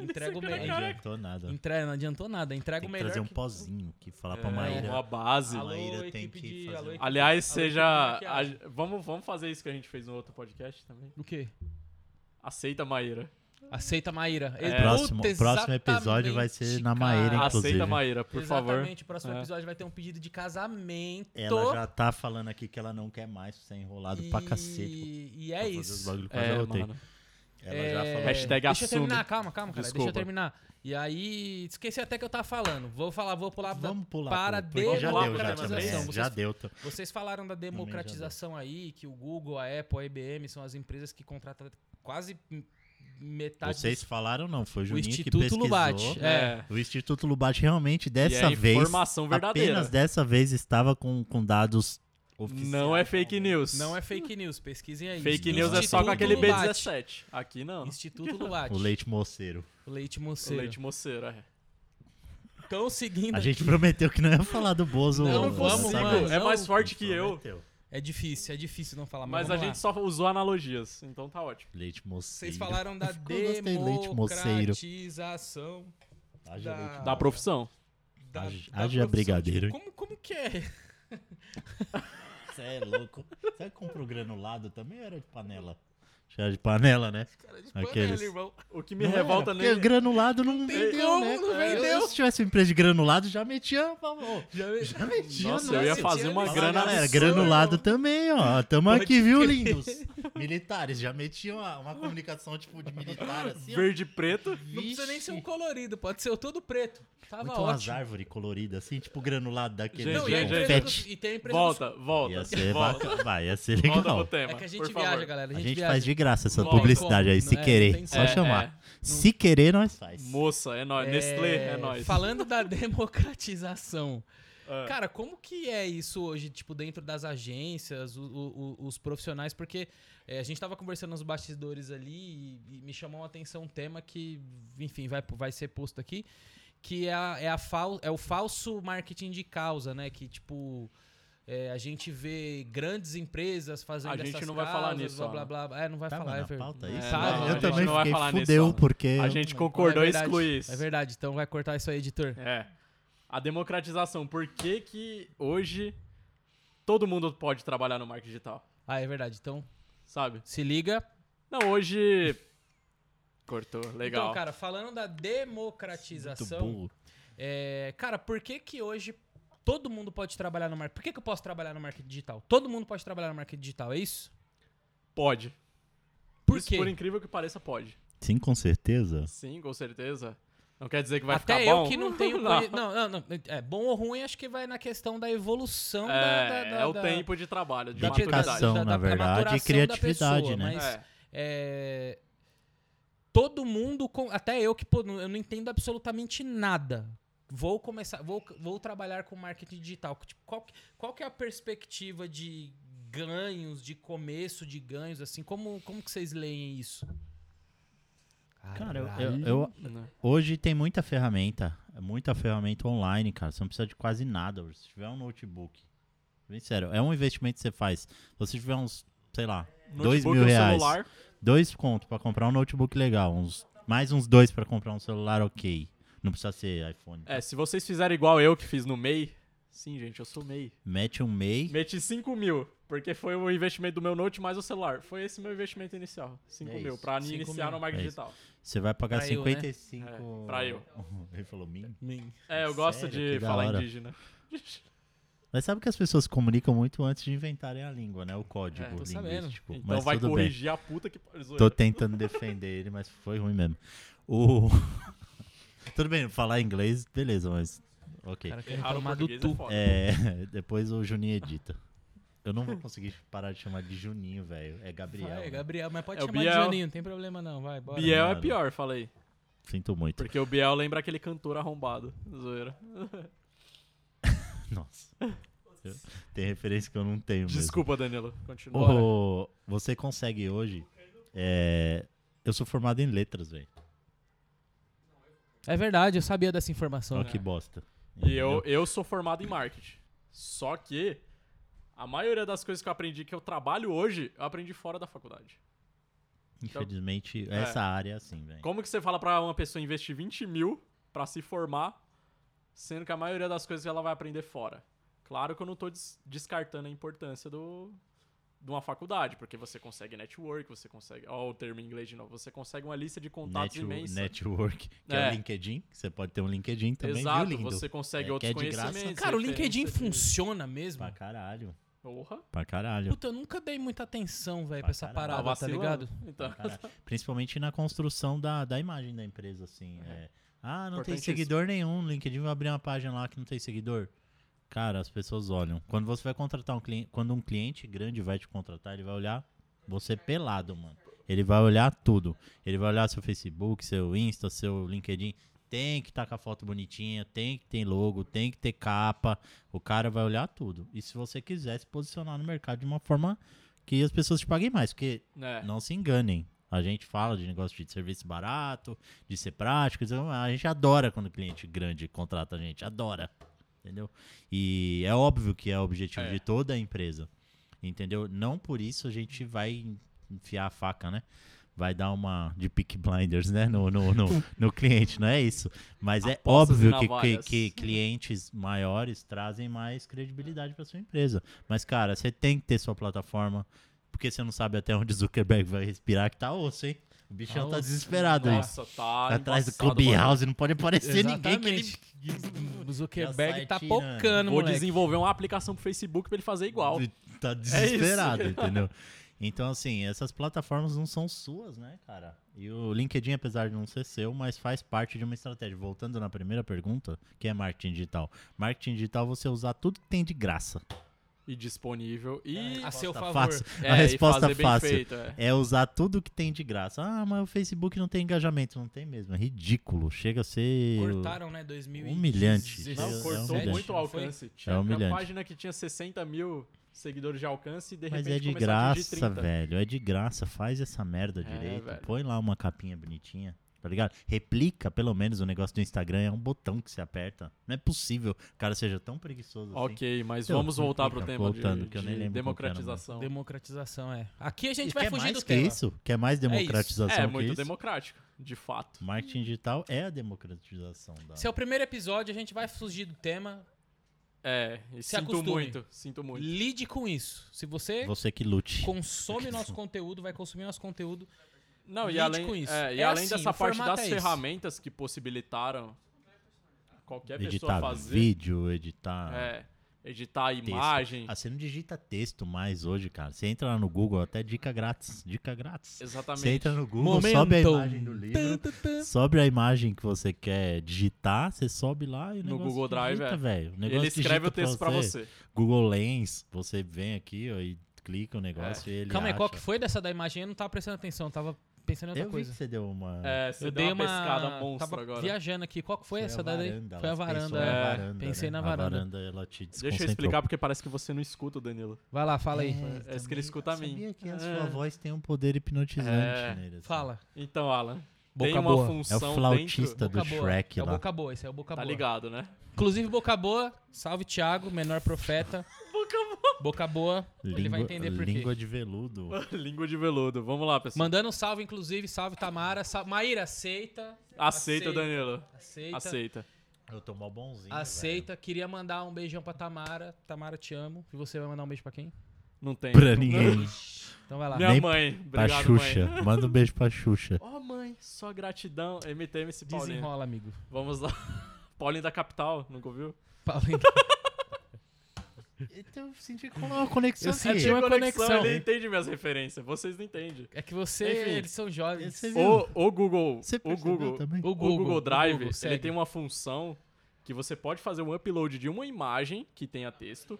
A: Entrega o
C: Não
A: melhor.
C: adiantou nada.
A: Entrega, não adiantou nada. Entrega
C: é Tem
A: o
C: que
A: melhor.
C: trazer um
A: que- um
C: pozinho aqui. Falar pra
B: É, Uma
C: Maíra.
B: base.
A: Alô,
C: Maíra tem
A: equipe
C: que
A: de-
C: fazer
A: alô,
C: um-
A: equipe-
B: Aliás,
A: alô, equipe de
B: seja.
A: maquiagem.
B: a- vamos, vamos fazer isso que a gente fez no outro podcast também.
A: O quê?
B: Aceita, Maíra.
A: Aceita a Maíra.
B: É.
A: Puta,
C: Próximo- próximo episódio vai
A: exatamente,
C: ser na Maíra,
A: cara.
C: hein? Inclusive.
B: Aceita, Maíra, por favor.
A: Exatamente, o próximo
B: É.
A: episódio vai ter um pedido de casamento.
C: Ela já tá falando aqui que ela não quer mais ser enrolado pra cacete.
A: E, e é
C: pra fazer os
A: isso.
C: bagulho que eu já rotei.
B: mano.
C: Ela
A: É,
C: já falou.
B: Hashtag
A: Deixa eu
B: assume.
A: terminar, calma, calma, cara. Deixa eu
B: Desculpa.
A: terminar. E aí, esqueci até que eu tava falando. Vou falar, vou pular.
C: Vamos pular.
A: Para
C: pô, porque já
B: pular
C: deu,
B: pra
C: já,
B: democratização.
C: também, é,
A: Vocês-
C: já deu. tô-
A: Vocês falaram da democratização aí, que o Google, a Apple, a IBM são as empresas que contratam quase m- metade
C: Vocês falaram não, foi o
A: do tá o
C: Juninho que
A: Instituto
C: pesquisou.
A: Lubate. É.
B: É.
C: O Instituto Lubate realmente
B: e
C: dessa
B: é
C: vez,
B: Informação verdadeira.
C: apenas dessa vez estava com, com dados oficiais.
B: Não é fake news.
A: Não é fake news, pesquisem aí.
B: Fake news é só
A: Instituto
B: com aquele
A: Lubate.
B: B17. Aqui não.
A: Instituto
B: é
A: Lubate.
C: O leite moceiro.
A: O leite
B: O
A: moceiro.
B: leite moceira. é.
A: Então, seguindo.
C: A gente prometeu que não ia falar do Bozo.
A: Não,
B: Eu não
A: vamos,
B: consigo.
A: mano,
B: É
A: não.
B: mais forte que eu.
C: Prometeu.
A: É difícil, é difícil não falar
B: Mas a
A: vamos lá.
B: gente só usou analogias. Então tá ótimo.
C: Leite moceiro.
A: Vocês falaram da
C: gostei, leite moceiro.
A: democratização
C: Haja
A: da-
C: leite
B: Da
A: Ah.
B: profissão.
A: da,
C: Haja-
A: da
C: haja
A: profissão.
C: brigadeiro,
A: Tipo, como, como que é?
C: moceiro. Você é louco. Você comprou granulado também ou era de panela? Era de panela, né?
A: Cara, de
C: Aqueles-
A: panela, irmão.
B: O que me
C: Não era,
B: revolta
C: porque
B: nele.
C: granulado não, vendeu,
A: como,
C: né?
A: não
C: cara? Eu-
A: vendeu.
C: se tivesse uma empresa de granulado, já metia, por favor.
A: Já-
C: Já metia,
B: Nossa,
C: né?
B: eu ia
A: Nossa,
B: fazer
A: tinha
B: uma
A: isso,
C: Fala,
B: grana.
C: galera,
B: absurda.
C: granulado também, ó. Tamo
A: Pode
C: aqui, viu,
A: crer.
C: lindos? Militares, já metiam uma, uma comunicação tipo de militar assim, ó.
B: Verde e preto.
A: Não precisa nem ser um colorido, pode ser o todo preto. Tava
C: Muito umas
A: ótimo.
C: árvores coloridas assim, tipo granulado daquele
A: Não,
C: de
A: e, a
B: Gente,
A: empresa
B: gente,
A: dos-
C: confete.
A: e tem a empresa dos-
B: Volta, volta.
C: Ia ser
B: volta.
C: bacana, vai, ia ser
B: Volta pro
C: legal.
B: tema.
A: É que a
B: por
A: gente
B: favor.
A: viaja, galera.
C: A
A: A
C: gente,
A: gente, viaja.
C: faz de graça essa
A: Não tem
C: publicidade
A: como,
C: aí,
A: não
B: né?
C: se
A: é, não
C: querer,
A: tem
C: só
A: como.
C: chamar.
B: é.
C: Se querer, nós faz.
B: Moça, é nóis. Ah.
A: É,
B: Nestlé, é nóis.
A: Falando da democratização, Cara, como que é isso hoje, tipo, dentro das agências, o- o- o- os profissionais? Porque é, a gente tava conversando nos bastidores ali e, e me chamou a atenção um tema que, enfim, vai, vai ser posto aqui, que é, a- é, a fal, é o falso marketing de causa, né? Que, tipo... é, a gente vê grandes empresas fazendo
B: A gente
A: essas
B: não vai falar
A: causas,
B: nisso,
A: Blá, blá, blá, É, não vai
C: Tava
A: falar, é
C: na
A: verdade.
C: Tá, pauta
B: É,
C: isso?
A: não, a
C: eu
A: gente
C: também
B: não vai
C: fiquei
B: falar nisso,
C: fudeu,
B: não.
C: porque...
B: A
C: eu-
B: gente
A: Então,
B: concordou
A: é
B: e
A: verdade.
B: exclui isso.
A: É verdade, então vai cortar isso aí, editor.
B: É. A democratização. Por que que hoje todo mundo pode trabalhar no marketing digital?
A: Ah, é verdade. Então,
B: Sabe?
A: se liga.
B: Não, hoje... Cortou. Legal.
A: Então, cara, falando da
C: Muito
A: democratização,
C: burro.
A: é, cara, por que que hoje todo mundo pode trabalhar no marketing? Por que que eu posso trabalhar no marketing digital? Todo mundo pode trabalhar no marketing digital, é isso?
B: Pode.
A: Por
B: Isso,
A: quê?
B: por incrível que pareça, pode.
C: Sim, com certeza.
B: Sim, com certeza. Não quer dizer que vai
A: Até
B: ficar
A: eu
B: bom.
A: que não tenho...
B: não.
A: conhe- Não. não, não, É, bom ou ruim, acho que vai na questão da evolução
B: É,
A: da, da- da-
B: é o
A: da-
B: tempo de trabalho, de
A: da
B: maturidade.
C: Educação,
A: da-
C: na
A: da
C: verdade,
A: maturação
C: e criatividade,
A: da pessoa,
C: né?
A: mas-
B: É.
A: é, todo mundo, com- até eu que pô, não- eu não entendo absolutamente nada. Vou começar, vou, vou trabalhar com marketing digital. Tipo, qual, que- qual que é a perspectiva de ganhos, de começo de ganhos, assim? Como, como que vocês leem isso?
C: Cara, eu-
A: Caralho.
C: eu- eu,
B: Né?
C: Hoje tem muita ferramenta, muita ferramenta online, cara. Você não precisa de quase nada. hoje. Se tiver um notebook, bem sério, é um investimento que você faz. Se você tiver uns, sei lá, dois
B: Notebook
C: mil
B: ou
C: reais,
B: celular,
C: dois conto pra comprar um notebook legal, uns mais uns dois pra comprar um celular ok. Não precisa ser iPhone.
B: É, se vocês fizerem igual eu que fiz no MEI. Sim, gente, eu sou MEI.
C: Mete um MEI.
B: Meti 5 mil, porque foi o investimento do meu Note mais o celular. Foi esse meu investimento inicial. 5
C: É
B: mil,
C: isso,
B: pra
A: 5
B: iniciar
A: mil.
B: no marketing
C: É isso.
B: digital.
C: Você vai pagar
A: Pra eu, né?
C: 55.
B: É, pra eu.
C: Ele falou mim.
A: Nem-
B: É, eu gosto
C: Sério?
B: de
C: Que da
B: falar
C: hora.
B: indígena.
C: Mas sabe que as pessoas comunicam muito antes de inventarem a língua, né? O código
B: É, tô
A: sabendo.
C: linguístico.
B: Então
C: Mas
B: vai
C: tudo bem.
B: corrigir a puta que.
C: Tô tentando defender ele, mas foi ruim mesmo. O... Tudo bem, falar inglês, beleza, mas. Ok.
A: cara, quer
B: Erraram o
A: reclamar do
B: português, é
A: tu.
B: foda.
C: É, depois o Juninho edita. Eu não vou conseguir parar de chamar de Juninho, velho. É Gabriel.
A: Vai,
C: né?
A: Gabriel, mas pode
B: É o
A: chamar de
B: Biel.
A: Juninho, não tem problema não, vai, bora.
B: Biel é
C: mano.
B: pior, falei.
C: Sinto muito.
B: Porque o Biel lembra aquele cantor arrombado. Zoeira.
C: É Nossa. Eu- Tem referência que eu não tenho. mesmo.
B: Desculpa, Danilo. Continua. né?
C: Ô, você consegue hoje. é, Eu sou formado em letras, velho.
A: É verdade, eu sabia dessa informação.
C: Olha que bosta.
B: Então, é. E eu,
C: Entendeu?
B: eu sou formado em marketing. Só que a maioria das coisas que eu aprendi que eu trabalho hoje, eu aprendi fora da faculdade.
C: Infelizmente,
B: É.
C: essa área é assim, velho.
B: Como que você fala pra uma pessoa investir 20 mil pra se formar, sendo que a maioria das coisas ela vai aprender fora? Claro que eu não tô des- descartando a importância do, de uma faculdade, porque você consegue network, você consegue. Ó, o termo em inglês de novo. Você consegue uma lista de contatos
C: Netwo-
B: imensa.
C: Network, que é.
B: É.
C: o LinkedIn. que Você pode ter um LinkedIn também,
B: Exato,
C: viu, lindo?
B: você consegue
C: É,
B: outros
C: que é de graça.
B: conhecimentos.
A: Cara, o
B: referências
A: LinkedIn
B: de-
A: funciona mesmo?
C: Pra caralho.
B: Porra.
C: Pra caralho.
A: Puta, eu nunca dei muita atenção, velho,
C: Pra
A: pra essa
C: caralho.
B: Tá
A: parada, tá
B: vacilando.
A: ligado?
B: Então.
C: Caralho. Principalmente na construção da, da imagem da empresa, assim. é, Ah, não tem
B: Importantíssimo.
C: seguidor nenhum. O LinkedIn vai abrir uma página lá que não tem seguidor. Cara, as pessoas olham. Quando você vai contratar um cliente, quando um cliente grande vai te contratar, ele vai olhar você pelado, mano. Ele vai olhar tudo. Ele vai olhar seu Facebook, seu Insta, seu LinkedIn. Tem que estar com a foto bonitinha, tem que ter logo, tem que ter capa. O cara vai olhar tudo. E se você quiser se posicionar no mercado de uma forma que as pessoas te paguem mais, porque
B: É.
C: não se enganem. A gente fala de negócio de serviço barato, de ser prático. então A gente adora quando o cliente grande contrata a gente. Adora. Entendeu? E é óbvio que é o objetivo
B: É.
C: de toda a empresa. Entendeu? Não por isso a gente vai enfiar a faca, né? Vai dar uma de pick blinders, né? No, no, no, no cliente, não é isso. Mas é
B: Apostas e
C: óbvio que, que,
B: navalhas.
C: que clientes maiores trazem mais credibilidade para sua empresa. Mas, cara, você tem que ter sua plataforma, porque você não sabe até onde Zuckerberg vai respirar, que tá osso, hein? O bichão
A: Tá
C: tá
A: osso.
C: desesperado aí.
B: Nossa, tá.
C: Atrás do
B: embaçado, mano.
C: Clubhouse, não pode aparecer ninguém que ele.
A: Exatamente. O Zuckerberg
C: Já
A: tá
C: sai tirando.
A: pocando,
B: Vou
A: moleque.
B: desenvolver uma aplicação pro Facebook pra ele fazer igual. É
C: Tá desesperado, entendeu? Então, assim, essas plataformas não são suas, né, cara? E o LinkedIn, apesar de não ser seu, mas faz parte de uma estratégia. Voltando na primeira pergunta, que é marketing digital. Marketing digital, você usar tudo que tem de graça.
B: e disponível. E
A: A seu
C: Tá
A: favor.
C: fácil.
B: é,
C: a
B: e
C: resposta
B: fazer bem
C: fácil
B: feito, é.
C: é usar tudo que tem de graça. Ah, mas o Facebook não tem engajamento. Não tem mesmo. É ridículo. Chega a ser.
A: Cortaram, né? 2016.
C: Humilhante.
B: Não,
C: É
B: cortou
C: humilhante. É
B: muito o
A: Foi?
B: alcance. Tinha uma
C: humilhante.
B: página que tinha 60 mil seguidores de alcance e de
C: Mas
B: repente
C: é de
B: começou a atingir
C: graça,
B: 30.
C: velho. É de graça. Faz essa merda
B: É,
C: direito.
B: velho.
C: Põe lá uma capinha bonitinha. Tá ligado? Replica, pelo menos, o negócio do Instagram. É um botão que você aperta. Não é possível que o cara seja tão preguiçoso assim.
B: Ok, mas
C: Eu
B: vamos voltar pro
C: complica,
B: tema de-
C: voltando,
B: de,
C: que eu nem lembro qual que era, né? mas-
B: democratização.
A: Democratização, é. Aqui a
C: E
A: gente vai
C: quer
A: fugir
C: mais
A: do
C: que
A: tema.
C: isso? Quer mais democratização
B: É,
C: que
B: muito
C: isso?
B: democrático, de fato.
C: Marketing digital é a democratização da...
A: Se é o primeiro episódio, a gente vai fugir do tema.
B: É, e
A: Se
B: sinto
A: acostume.
B: muito, sinto muito.
A: Lide com isso. Se você
C: Você que lute.
A: consome nosso conteúdo, vai consumir nosso conteúdo.
B: Não, e
A: Lide
B: além,
A: com isso.
B: é, e
A: É
B: além
A: assim,
B: dessa
A: o
B: parte
A: formato
B: das
A: é esse.
B: ferramentas que possibilitaram qualquer pessoa
C: Editar
B: fazer,
C: vídeo, editar...
B: é, editar a
C: texto.
B: imagem,
C: Ah, você não digita texto mais hoje, cara. Você entra lá no Google, até dica grátis. Dica grátis.
B: exatamente.
C: Você entra no Google, sobe a imagem do livro, sobe a imagem que você quer digitar, você sobe lá e o
B: No
C: negócio
B: Google Drive,
C: digita,
B: é.
C: velho. O negócio
B: Ele escreve
C: digita
B: o texto pra você.
C: Google Lens, você vem aqui ó, e clica o
B: É.
C: negócio e ele
A: Calma aí, qual que
C: acha.
A: foi dessa da imagem? Eu não tava prestando atenção, eu tava pensando em outra
C: Eu vi
A: coisa.
C: que você deu uma...
B: É, você
A: eu
B: deu
A: dei
B: uma pescada monstro
A: tava
B: agora.
A: viajando aqui. Qual que foi,
C: a
A: essa da daí?
C: varanda,
A: Foi a
C: ela pensou
A: varanda.
C: na
A: é.
C: varanda,
A: Pensei
C: né?
A: na varanda.
C: A varanda, ela
B: Deixa
C: te
B: eu
C: desconcentrou.
B: explicar porque parece que você não escuta, Danilo.
A: Vai lá, fala aí.
C: É,
B: Parece que ele
C: também-
B: escuta a mim.
C: Sabia que a
B: É.
C: sua voz tem um poder hipnotizante
B: É.
C: nele. assim.
A: Fala.
B: Então, Alan,
A: Boca
B: tem uma
A: boa.
C: É
B: função
C: o flautista
B: dentro...
C: do Shrek
A: é o
C: lá.
A: Boca Boa, esse é o Boca
B: Tá
A: Boa.
B: ligado, né?
A: Inclusive, Boca Boa, salve Thiago, menor profeta. Boca Boa. ele vai
C: Língua-
A: entender por quê.
C: Língua de veludo.
B: Língua de veludo. Vamos lá, pessoal.
A: Mandando um salve, inclusive, salve Tamara. Sal... Maíra, aceita.
B: Aceita, Danilo.
A: Aceita. Aceita.
B: Aceita.
C: Eu tô mó bonzinho,
A: Aceita. Queria mandar um beijão pra Tamara. Tamara, te amo. E você vai mandar um beijo pra quem?
B: Não tem.
C: Pra ninguém.
A: Então vai lá.
B: Minha
C: Nem
B: mãe.
C: Pra
B: Obrigado,
C: Xuxa.
B: mãe.
C: Manda um beijo pra Xuxa.
B: Ó, mãe, só gratidão. MTM esse Paulinho.
A: Desenrola, amigo.
B: Vamos lá. Paulinho da capital, nunca ouviu?
A: Paulinho.
C: Então eu senti que rolou uma conexão
A: Eu
C: aqui.
A: senti uma
B: Tem
A: conexão.
B: Ele entende minhas referências. Vocês não entendem.
A: É que você,
B: Enfim.
A: eles são jovens.
C: Esse- Você viu?
B: O, o Google.
C: Você
B: o
C: percebeu
B: Google.
C: também?
A: O
B: O Google, Drive,
A: o Google,
B: ele
A: segue.
B: tem uma função que você pode fazer um upload de uma imagem que tenha texto.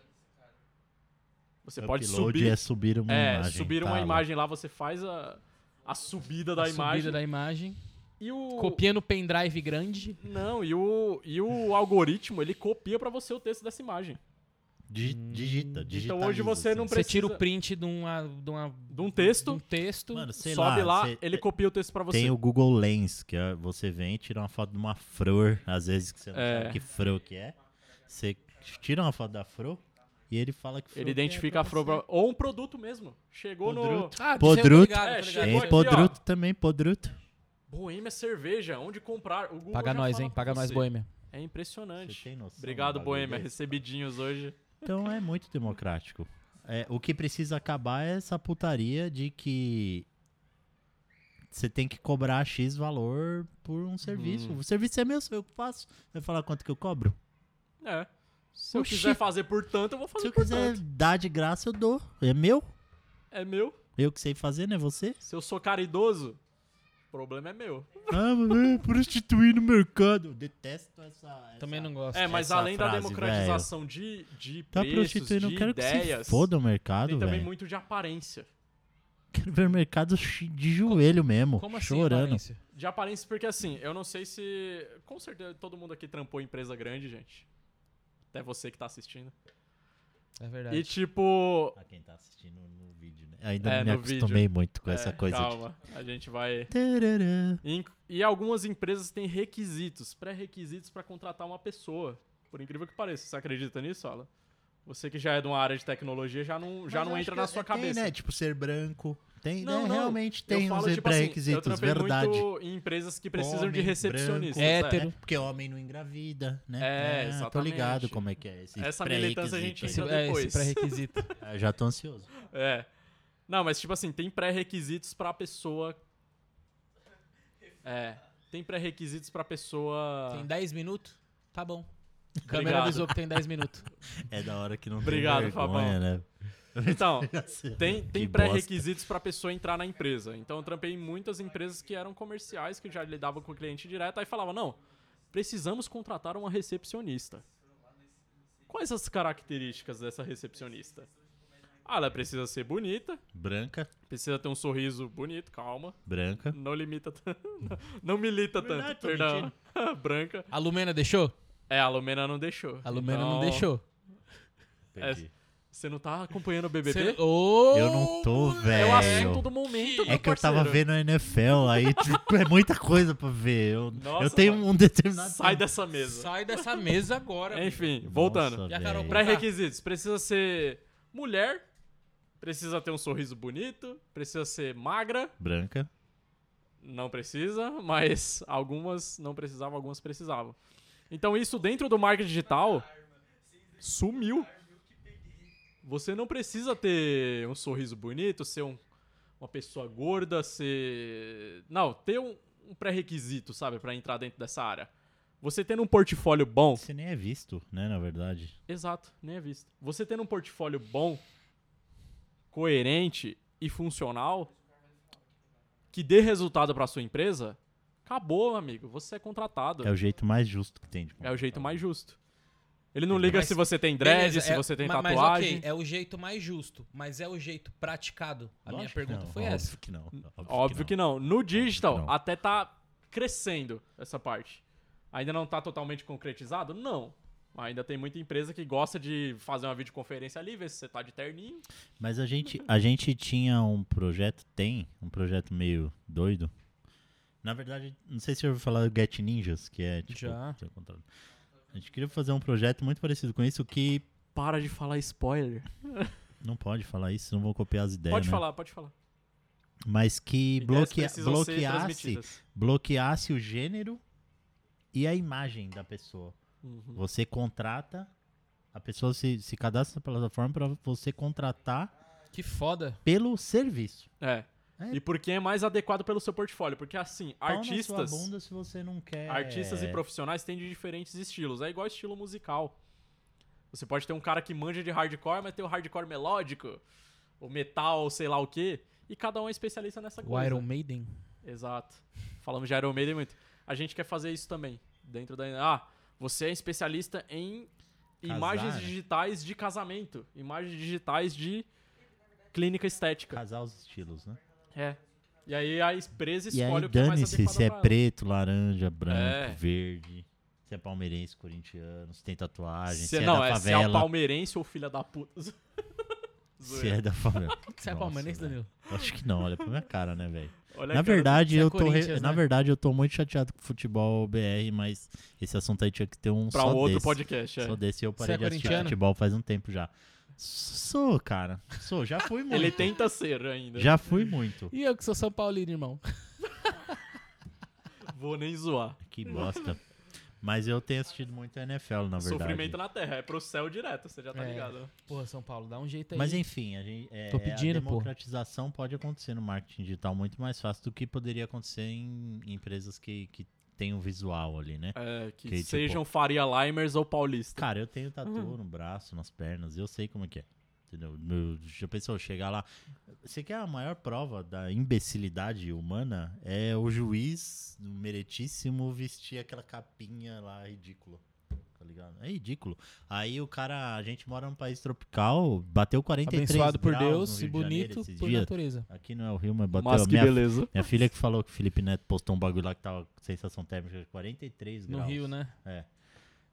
B: Você pode
C: Upload
B: subir,
C: é subir uma
B: é,
C: imagem.
B: subir uma
C: tá lá.
B: imagem lá, você faz a, a subida da
A: A subida
B: imagem
A: da imagem.
B: e o
A: Copiando o pendrive grande.
B: Não, e o e o algoritmo, ele copia pra você o texto dessa imagem.
C: Di- digita, digita.
B: Hum, Então hoje você não
A: Você
B: precisa
A: tira o print de, uma, de, uma,
B: de um texto,
A: de um texto.
C: Mano, sei
B: sobe lá,
C: cê-
B: ele copia o texto pra você.
C: Tem o Google Lens, que é- você vem e tira uma foto de uma flor, às vezes que você não
B: É.
C: sabe que flor que é. Você tira uma foto da flor e ele fala que flor
B: Ele
C: que é
B: identifica a
C: pra
B: flor
C: você.
B: pra- ou um produto mesmo. Chegou no
C: Podruto.
A: Ah, disso eu tô
C: Podruto.
A: ligado,
B: É,
A: tô ligado.
B: chegou
C: Tem
B: aqui, ó.
C: podruto também, podruto.
B: Boêmia é cerveja, onde comprar? O Google
A: Paga
B: já
A: nós,
B: fala
A: hein?
B: pra
A: Paga nós,
B: você.
A: Boêmia.
B: É impressionante.
C: Você tem noção
B: Obrigado,
C: do bagulho
B: Boêmia.
C: desse?
B: Recebidinhos hoje.
C: Então é muito democrático. É, o que precisa acabar é essa putaria de que você tem que cobrar X valor por um serviço.
B: Uhum.
C: O serviço é meu, sou eu que faço. Vai falar quanto que eu cobro?
B: É. Se eu
C: Oxi.
B: quiser fazer por tanto, eu vou fazer
C: Se eu
B: por
C: quiser
B: tanto.
C: dar de graça, eu dou. É meu.
B: É meu.
C: Eu que sei fazer, não é você?
B: Se eu sou caridoso, o problema é meu.
C: Ah, mas é prostituir no mercado. Eu detesto essa. essa-
A: Também não gosto.
B: É, mas
C: essa
B: além da
C: frase,
B: democratização de, de
C: Tá
B: preços, de
C: prostituindo, eu quero que
B: ideias,
C: se foda o
B: tem
C: mercado,
B: também
C: velho.
B: muito de aparência.
C: Quero ver o mercado chi- de joelho mesmo,
A: Como assim,
C: chorando.
A: Valência?
B: De aparência, porque assim, eu não sei se. Com certeza todo mundo aqui trampou em empresa grande, gente. Até você que tá assistindo.
A: É verdade.
B: E tipo.
C: Pra quem tá assistindo no vídeo, né? Ainda
B: É,
C: não me
B: no vídeo.
C: acostumei muito com
B: é,
C: essa coisa de.
B: Calma, a gente vai.
C: Tarará.
B: E, e algumas empresas têm requisitos, pré-requisitos pra contratar uma pessoa. Por incrível que pareça, você acredita nisso, Alan? Você que já é de uma área de tecnologia já não, já
C: Mas
B: não
C: eu
B: entra
C: acho
B: na
C: que
B: sua
C: tem,
B: cabeça.
C: né? Tipo, ser branco. Tem,
B: Não,
C: né?
B: não.
C: Realmente
B: Eu
C: tem
B: falo,
C: uns
B: tipo assim, eu
C: pré-requisitos,
B: trampei
C: verdade.
B: muito em empresas que precisam de
C: Homem,
B: recepcionistas.
A: branco.
B: é.
A: Hétero.
C: É, porque homem não engravida, né?
B: É,
C: Ah, Tô
B: exatamente.
C: ligado como é que é esse
B: Essa militância a gente
A: Esse,
C: pré-requisito
B: entra
A: é, esse
B: depois.
A: pré-requisito.
C: aí. Ah, Já tô ansioso.
B: É. Não, mas tipo assim, tem pré-requisitos pra pessoa. É. Tem pré-requisitos pra pessoa.
A: Tem 10 minutos? Tá bom. A
B: Obrigado.
A: câmera avisou que tem 10 minutos.
C: É da hora que não
B: Obrigado,
C: tem vergonha, né?
B: Então, tem,
C: Que
B: tem
C: bosta.
B: pré-requisitos pra pessoa entrar na empresa. Então eu trampei em muitas empresas que eram comerciais, que já lidavam com o cliente direto, aí falava, não, precisamos contratar uma recepcionista. Quais as características dessa recepcionista? Ah, ela precisa ser bonita,
C: Branca,
B: precisa ter um sorriso bonito, calma.
C: branca.
B: Não limita tanto. Não milita
C: Verdade,
B: tanto,
C: tô
B: perdão. Branca.
A: A Lumena deixou?
B: É, a Lumena não deixou.
A: A Lumena não
B: Então,
A: deixou.
C: Perdi.
B: Você não tá acompanhando o BBB?
A: Cê- Ô,
C: Eu não tô,
B: É
C: velho.
B: o assunto do momento,
C: É
B: meu
C: que eu tava
B: parceiro.
C: vendo a NFL, aí tipo, é muita coisa pra ver. Eu,
B: Nossa,
C: eu tenho um determinado.
B: Sai dessa mesa.
A: Sai dessa mesa agora.
B: Enfim,
C: Nossa,
B: voltando.
A: E a Carol
C: velho.
A: Pra-
B: Pré-requisitos: precisa ser mulher, precisa ter um sorriso bonito, precisa ser magra.
C: Branca,
B: Não precisa, mas algumas não precisavam, algumas precisavam. Então isso dentro do marketing digital sumiu. Você não precisa ter um sorriso bonito, ser um- uma pessoa gorda, ser. Não, ter um, um pré-requisito, sabe, pra entrar dentro dessa área. Você tendo um portfólio bom,
C: você nem é visto, né, na verdade.
B: Exato, nem é visto. Você tendo um portfólio bom, coerente e funcional, que dê resultado pra sua empresa, acabou, amigo. Você é contratado.
C: É o jeito mais justo que tem de
B: É o jeito mais justo. Ele não liga
A: Mas-
B: se você tem dread,
A: Beleza,
B: se
A: é-
B: você tem
A: ma- mas
B: tatuagem.
A: ok, é o jeito mais justo, mas é o jeito praticado. A minha
C: Lógico que
A: pergunta
C: não,
A: foi
C: óbvio
A: essa.
C: Que não, é óbvio,
B: Óbvio que não. No digital,
C: não.
B: até tá crescendo essa parte. Ainda não tá totalmente concretizado? Não. Ainda tem muita empresa que gosta de fazer uma videoconferência ali, ver se você tá de terninho.
C: Mas a gente, a gente tinha um projeto, tem um projeto meio doido. Na verdade, não sei se eu ouviu falar do Get Ninjas, que é tipo.
A: Já.
C: tem um controle. A gente queria fazer um projeto muito parecido com isso que
B: Para de falar spoiler.
C: não pode falar isso, não vou copiar as ideias.
B: Pode
C: né?
B: falar, pode falar.
C: Mas que
B: Ideias
C: bloquea,
B: precisam ser
C: bloqueasse,
B: transmitidas.
C: bloqueasse o gênero e a imagem da pessoa.
B: Uhum.
C: Você contrata, a pessoa se, se cadastra na plataforma pra você contratar
A: Que foda.
C: pelo serviço.
B: É.
C: É.
B: E porque é mais adequado pelo seu portfólio. Porque assim,
C: Pau na
B: artistas.
C: sua bunda é- se você não quer.
B: Artistas e profissionais têm de diferentes estilos. É igual estilo musical. Você pode ter um cara que manja de hardcore, mas tem o hardcore melódico, o metal, sei lá o quê. E cada um é especialista nessa
A: O
B: coisa.
A: Iron Maiden.
B: Exato. Falamos de Iron Maiden muito. A gente quer fazer isso também. Dentro da. Ah, você é especialista em
C: Casar,
B: imagens
C: né?
B: digitais de casamento, imagens digitais de clínica estética.
C: Casar os estilos, né?
B: É. E aí a empresa
C: E
B: escolhe
C: aí,
B: o que é mais
C: dane-se
B: adequado
C: se é
B: pra ela.
C: preto, laranja, branco,
B: É.
C: verde. Se é palmeirense, corintiano, se tem tatuagem, se,
B: Se-
C: é
B: não,
C: da
B: é se é
C: favela.
B: palmeirense ou filha da puta.
C: Se é da favela.
A: Você é
C: Nossa,
A: palmeirense,
C: velho.
A: Danilo?
C: Acho que não, olha pra minha cara, né, velho?
B: Olha
C: Na
B: a cara
C: verdade,
A: Você é
C: eu tô re-
A: Corinthians,
C: na
A: né?
C: verdade, eu tô muito chateado com o futebol BR, mas esse assunto aí tinha que ter um
B: do- pra
C: só
B: um outro
C: desse.
B: podcast. é.
C: Só desse eu parei
A: é
C: de assistir
A: corintiano?
C: futebol faz um tempo já. Sou, cara. Sou, já fui muito.
B: Ele tenta ser ainda.
C: Já fui muito.
A: E eu que sou São Paulino, irmão.
B: Vou nem zoar.
C: Que bosta. Mas eu tenho assistido muito a NFL, na verdade.
B: Sofrimento na terra. É pro céu direto, você já tá
A: É.
B: ligado. né?
A: Porra, São Paulo, dá um jeito aí.
C: Mas enfim, a, gente, é,
A: Tô pedindo,
C: a
A: pô.
C: democratização pode acontecer no marketing digital muito mais fácil do que poderia acontecer em em empresas que, que têm um visual ali, né?
B: É, que,
C: Que, tipo-
B: sejam Faria Limers ou Paulista.
C: Cara, eu tenho tatu no braço, nas pernas, eu sei como é que é. Entendeu? Meu- Já pensou chegar lá? Você quer a maior prova da imbecilidade humana? É o juiz o meretíssimo vestir aquela capinha lá ridícula. Tá ligado? É ridículo. Aí o cara, a gente mora num país tropical, bateu 43
A: Abençoado por
C: graus no
A: Deus
C: Rio
A: e
C: de Janeiro
A: bonito
C: esses
A: por
C: dias.
A: natureza.
C: Aqui não é o Rio, mas bateu
B: Mas
C: a
B: que
C: minha,
B: beleza.
C: minha filha que falou que o Felipe Neto postou um bagulho lá que tava com sensação térmica de 43
A: No
C: graus.
A: Rio, né?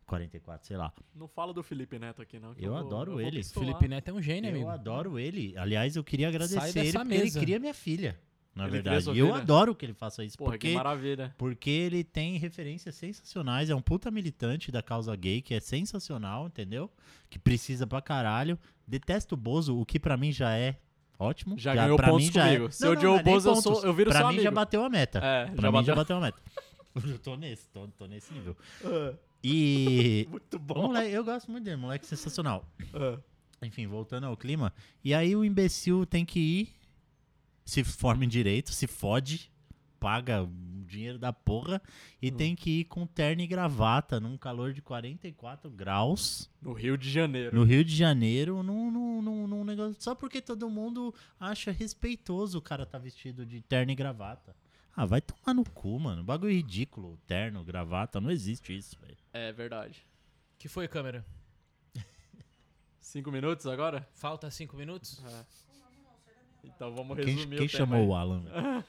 C: 44, sei lá.
B: Não fala do Felipe Neto aqui, não. que
C: Eu
B: vou-
C: adoro
B: vou
C: ele.
B: pistolar.
A: Felipe Neto é um gênio,
C: Eu
A: amigo.
C: adoro ele. Aliás, eu queria agradecer
A: dessa
C: ele porque ele
A: mesa.
C: cria minha filha. Na
B: Ele cria
C: verdade.
B: sua
C: E eu
B: filha?
C: adoro que ele faça isso.
B: Porra, que
C: porque,
B: maravilha.
C: porque ele tem referências sensacionais. É um puta militante da causa gay que é sensacional, entendeu? Que precisa pra caralho. Detesto o Bozo, o que pra mim já é ótimo.
B: Já ganhou
C: pra
B: pontos
C: mim já é-
B: comigo. Se eu
C: não,
B: odiou
C: não é
B: o
C: nem
B: Bozo, eu
C: pontos.
B: sou- eu viro
C: Pra
B: seu
C: mim já
B: amigo.
C: bateu a meta.
B: É,
C: pra
B: já
C: mim já
B: bateu.
C: bateu a meta. Eu tô nesse, tô, tô nesse nível. E.
B: É, Muito bom.
C: Moleque, eu gosto muito dele, moleque sensacional.
B: Ah.
C: Enfim, voltando ao clima. E aí o imbecil tem que ir, se forma em direito, se fode, paga o dinheiro da porra e
B: Uhum.
C: tem que ir com terno e gravata num calor de 44 graus
B: No Rio de Janeiro.
C: no Rio de Janeiro, num, num, num, num negócio. Só porque todo mundo acha respeitoso o cara tá vestido de terno e gravata. Ah, vai tomar no cu, mano. Bagulho ridículo. Terno, gravata, não existe isso, velho.
B: É verdade.
A: Que foi, câmera?
B: Cinco minutos agora?
A: Falta cinco minutos?
B: Então vamos
C: Quem,
B: resumir
C: quem
B: o tema
C: chamou
B: aí.
C: o Alan? velho?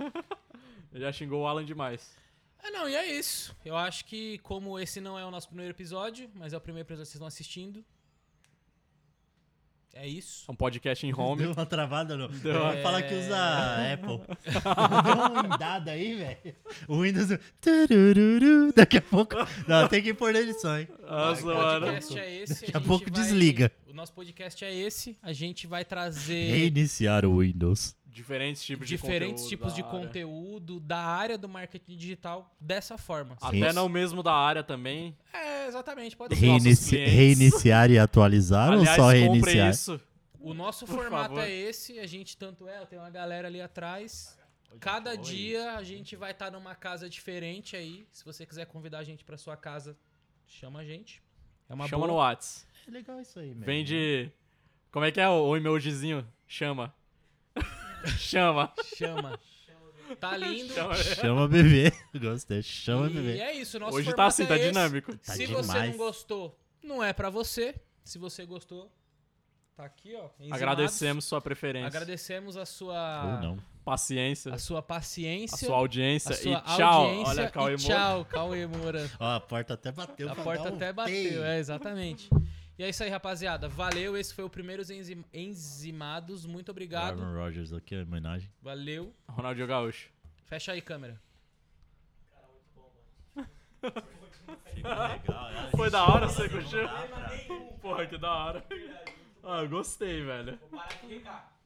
B: Ele já xingou o Alan demais.
A: É, não, e é isso. Eu acho que, como esse não é o nosso primeiro episódio, mas é o primeiro episódio que vocês estão assistindo. É isso.
B: É um podcast em home.
C: Deu uma travada não.
B: Deu. É.
C: Vai falar que usa Apple. Deu uma andada aí, velho. O Windows. Turururu. Daqui a pouco. Não, tem que pôr na edição, hein?
B: Nossa,
A: o
B: mano.
A: podcast é esse.
C: né? Daqui a
A: gente
C: pouco
A: vai-
C: desliga.
A: O nosso podcast é esse. A gente vai trazer
C: Reiniciar o Windows.
B: Diferentes tipos Tipo de
A: diferentes
B: conteúdo
A: tipos
B: da
A: de
B: área.
A: conteúdo da área do marketing digital dessa forma.
C: Ah,
B: Até
C: Isso.
B: não mesmo da área também.
A: É, exatamente. Pode ser.
B: Nossos
C: Reinici-
B: clientes.
C: reiniciar e atualizar
B: Aliás,
C: ou Ah, só
B: compre
C: reiniciar? É
B: isso.
A: O nosso
B: Por
A: formato
B: favor.
A: é esse, a gente tanto é, tem uma galera ali atrás. Cada dia a gente vai estar numa casa diferente aí. Se você quiser convidar a gente para sua casa, chama a gente. É uma
B: Chama no
A: boa.
B: Whats.
C: É legal isso aí, mesmo.
B: Vem de... Como é que é o o emojizinho? Chama. Chama.
A: Chama. Tá lindo.
B: Chama.
C: Chama bebê. Gostei. Chama
A: E
C: bebê.
A: é isso, o nosso
B: Hoje
A: formato
B: tá assim,
A: é
B: tá
A: esse.
B: dinâmico.
C: Tá
A: Se você não
C: demais.
A: gostou, não é pra você. Se você gostou, tá aqui, ó. enzimados.
B: Agradecemos sua preferência,
A: Agradecemos a
C: Ou
A: sua
C: não.
B: paciência,
A: a sua paciência,
B: a sua audiência
A: a sua
B: e tchau.
A: audiência
B: Olha,
A: e
B: Cauê Moura.
A: tchau, Cauê Moura.
C: Ó, a porta até bateu.
A: A
C: pra
A: porta
C: dar um
A: até
C: tei.
A: bateu, é, exatamente. E é isso aí, rapaziada. Valeu, esse foi o primeiro Enzim- Enzimados. Muito obrigado.
C: Aaron Rodgers aqui, a homenagem.
A: Valeu.
B: Ronaldinho Gaúcho.
A: Fecha aí, câmera.
B: Foi da hora você curtiu? Porra, que da hora. Ah, eu gostei, velho.
D: Vou parar de ligar.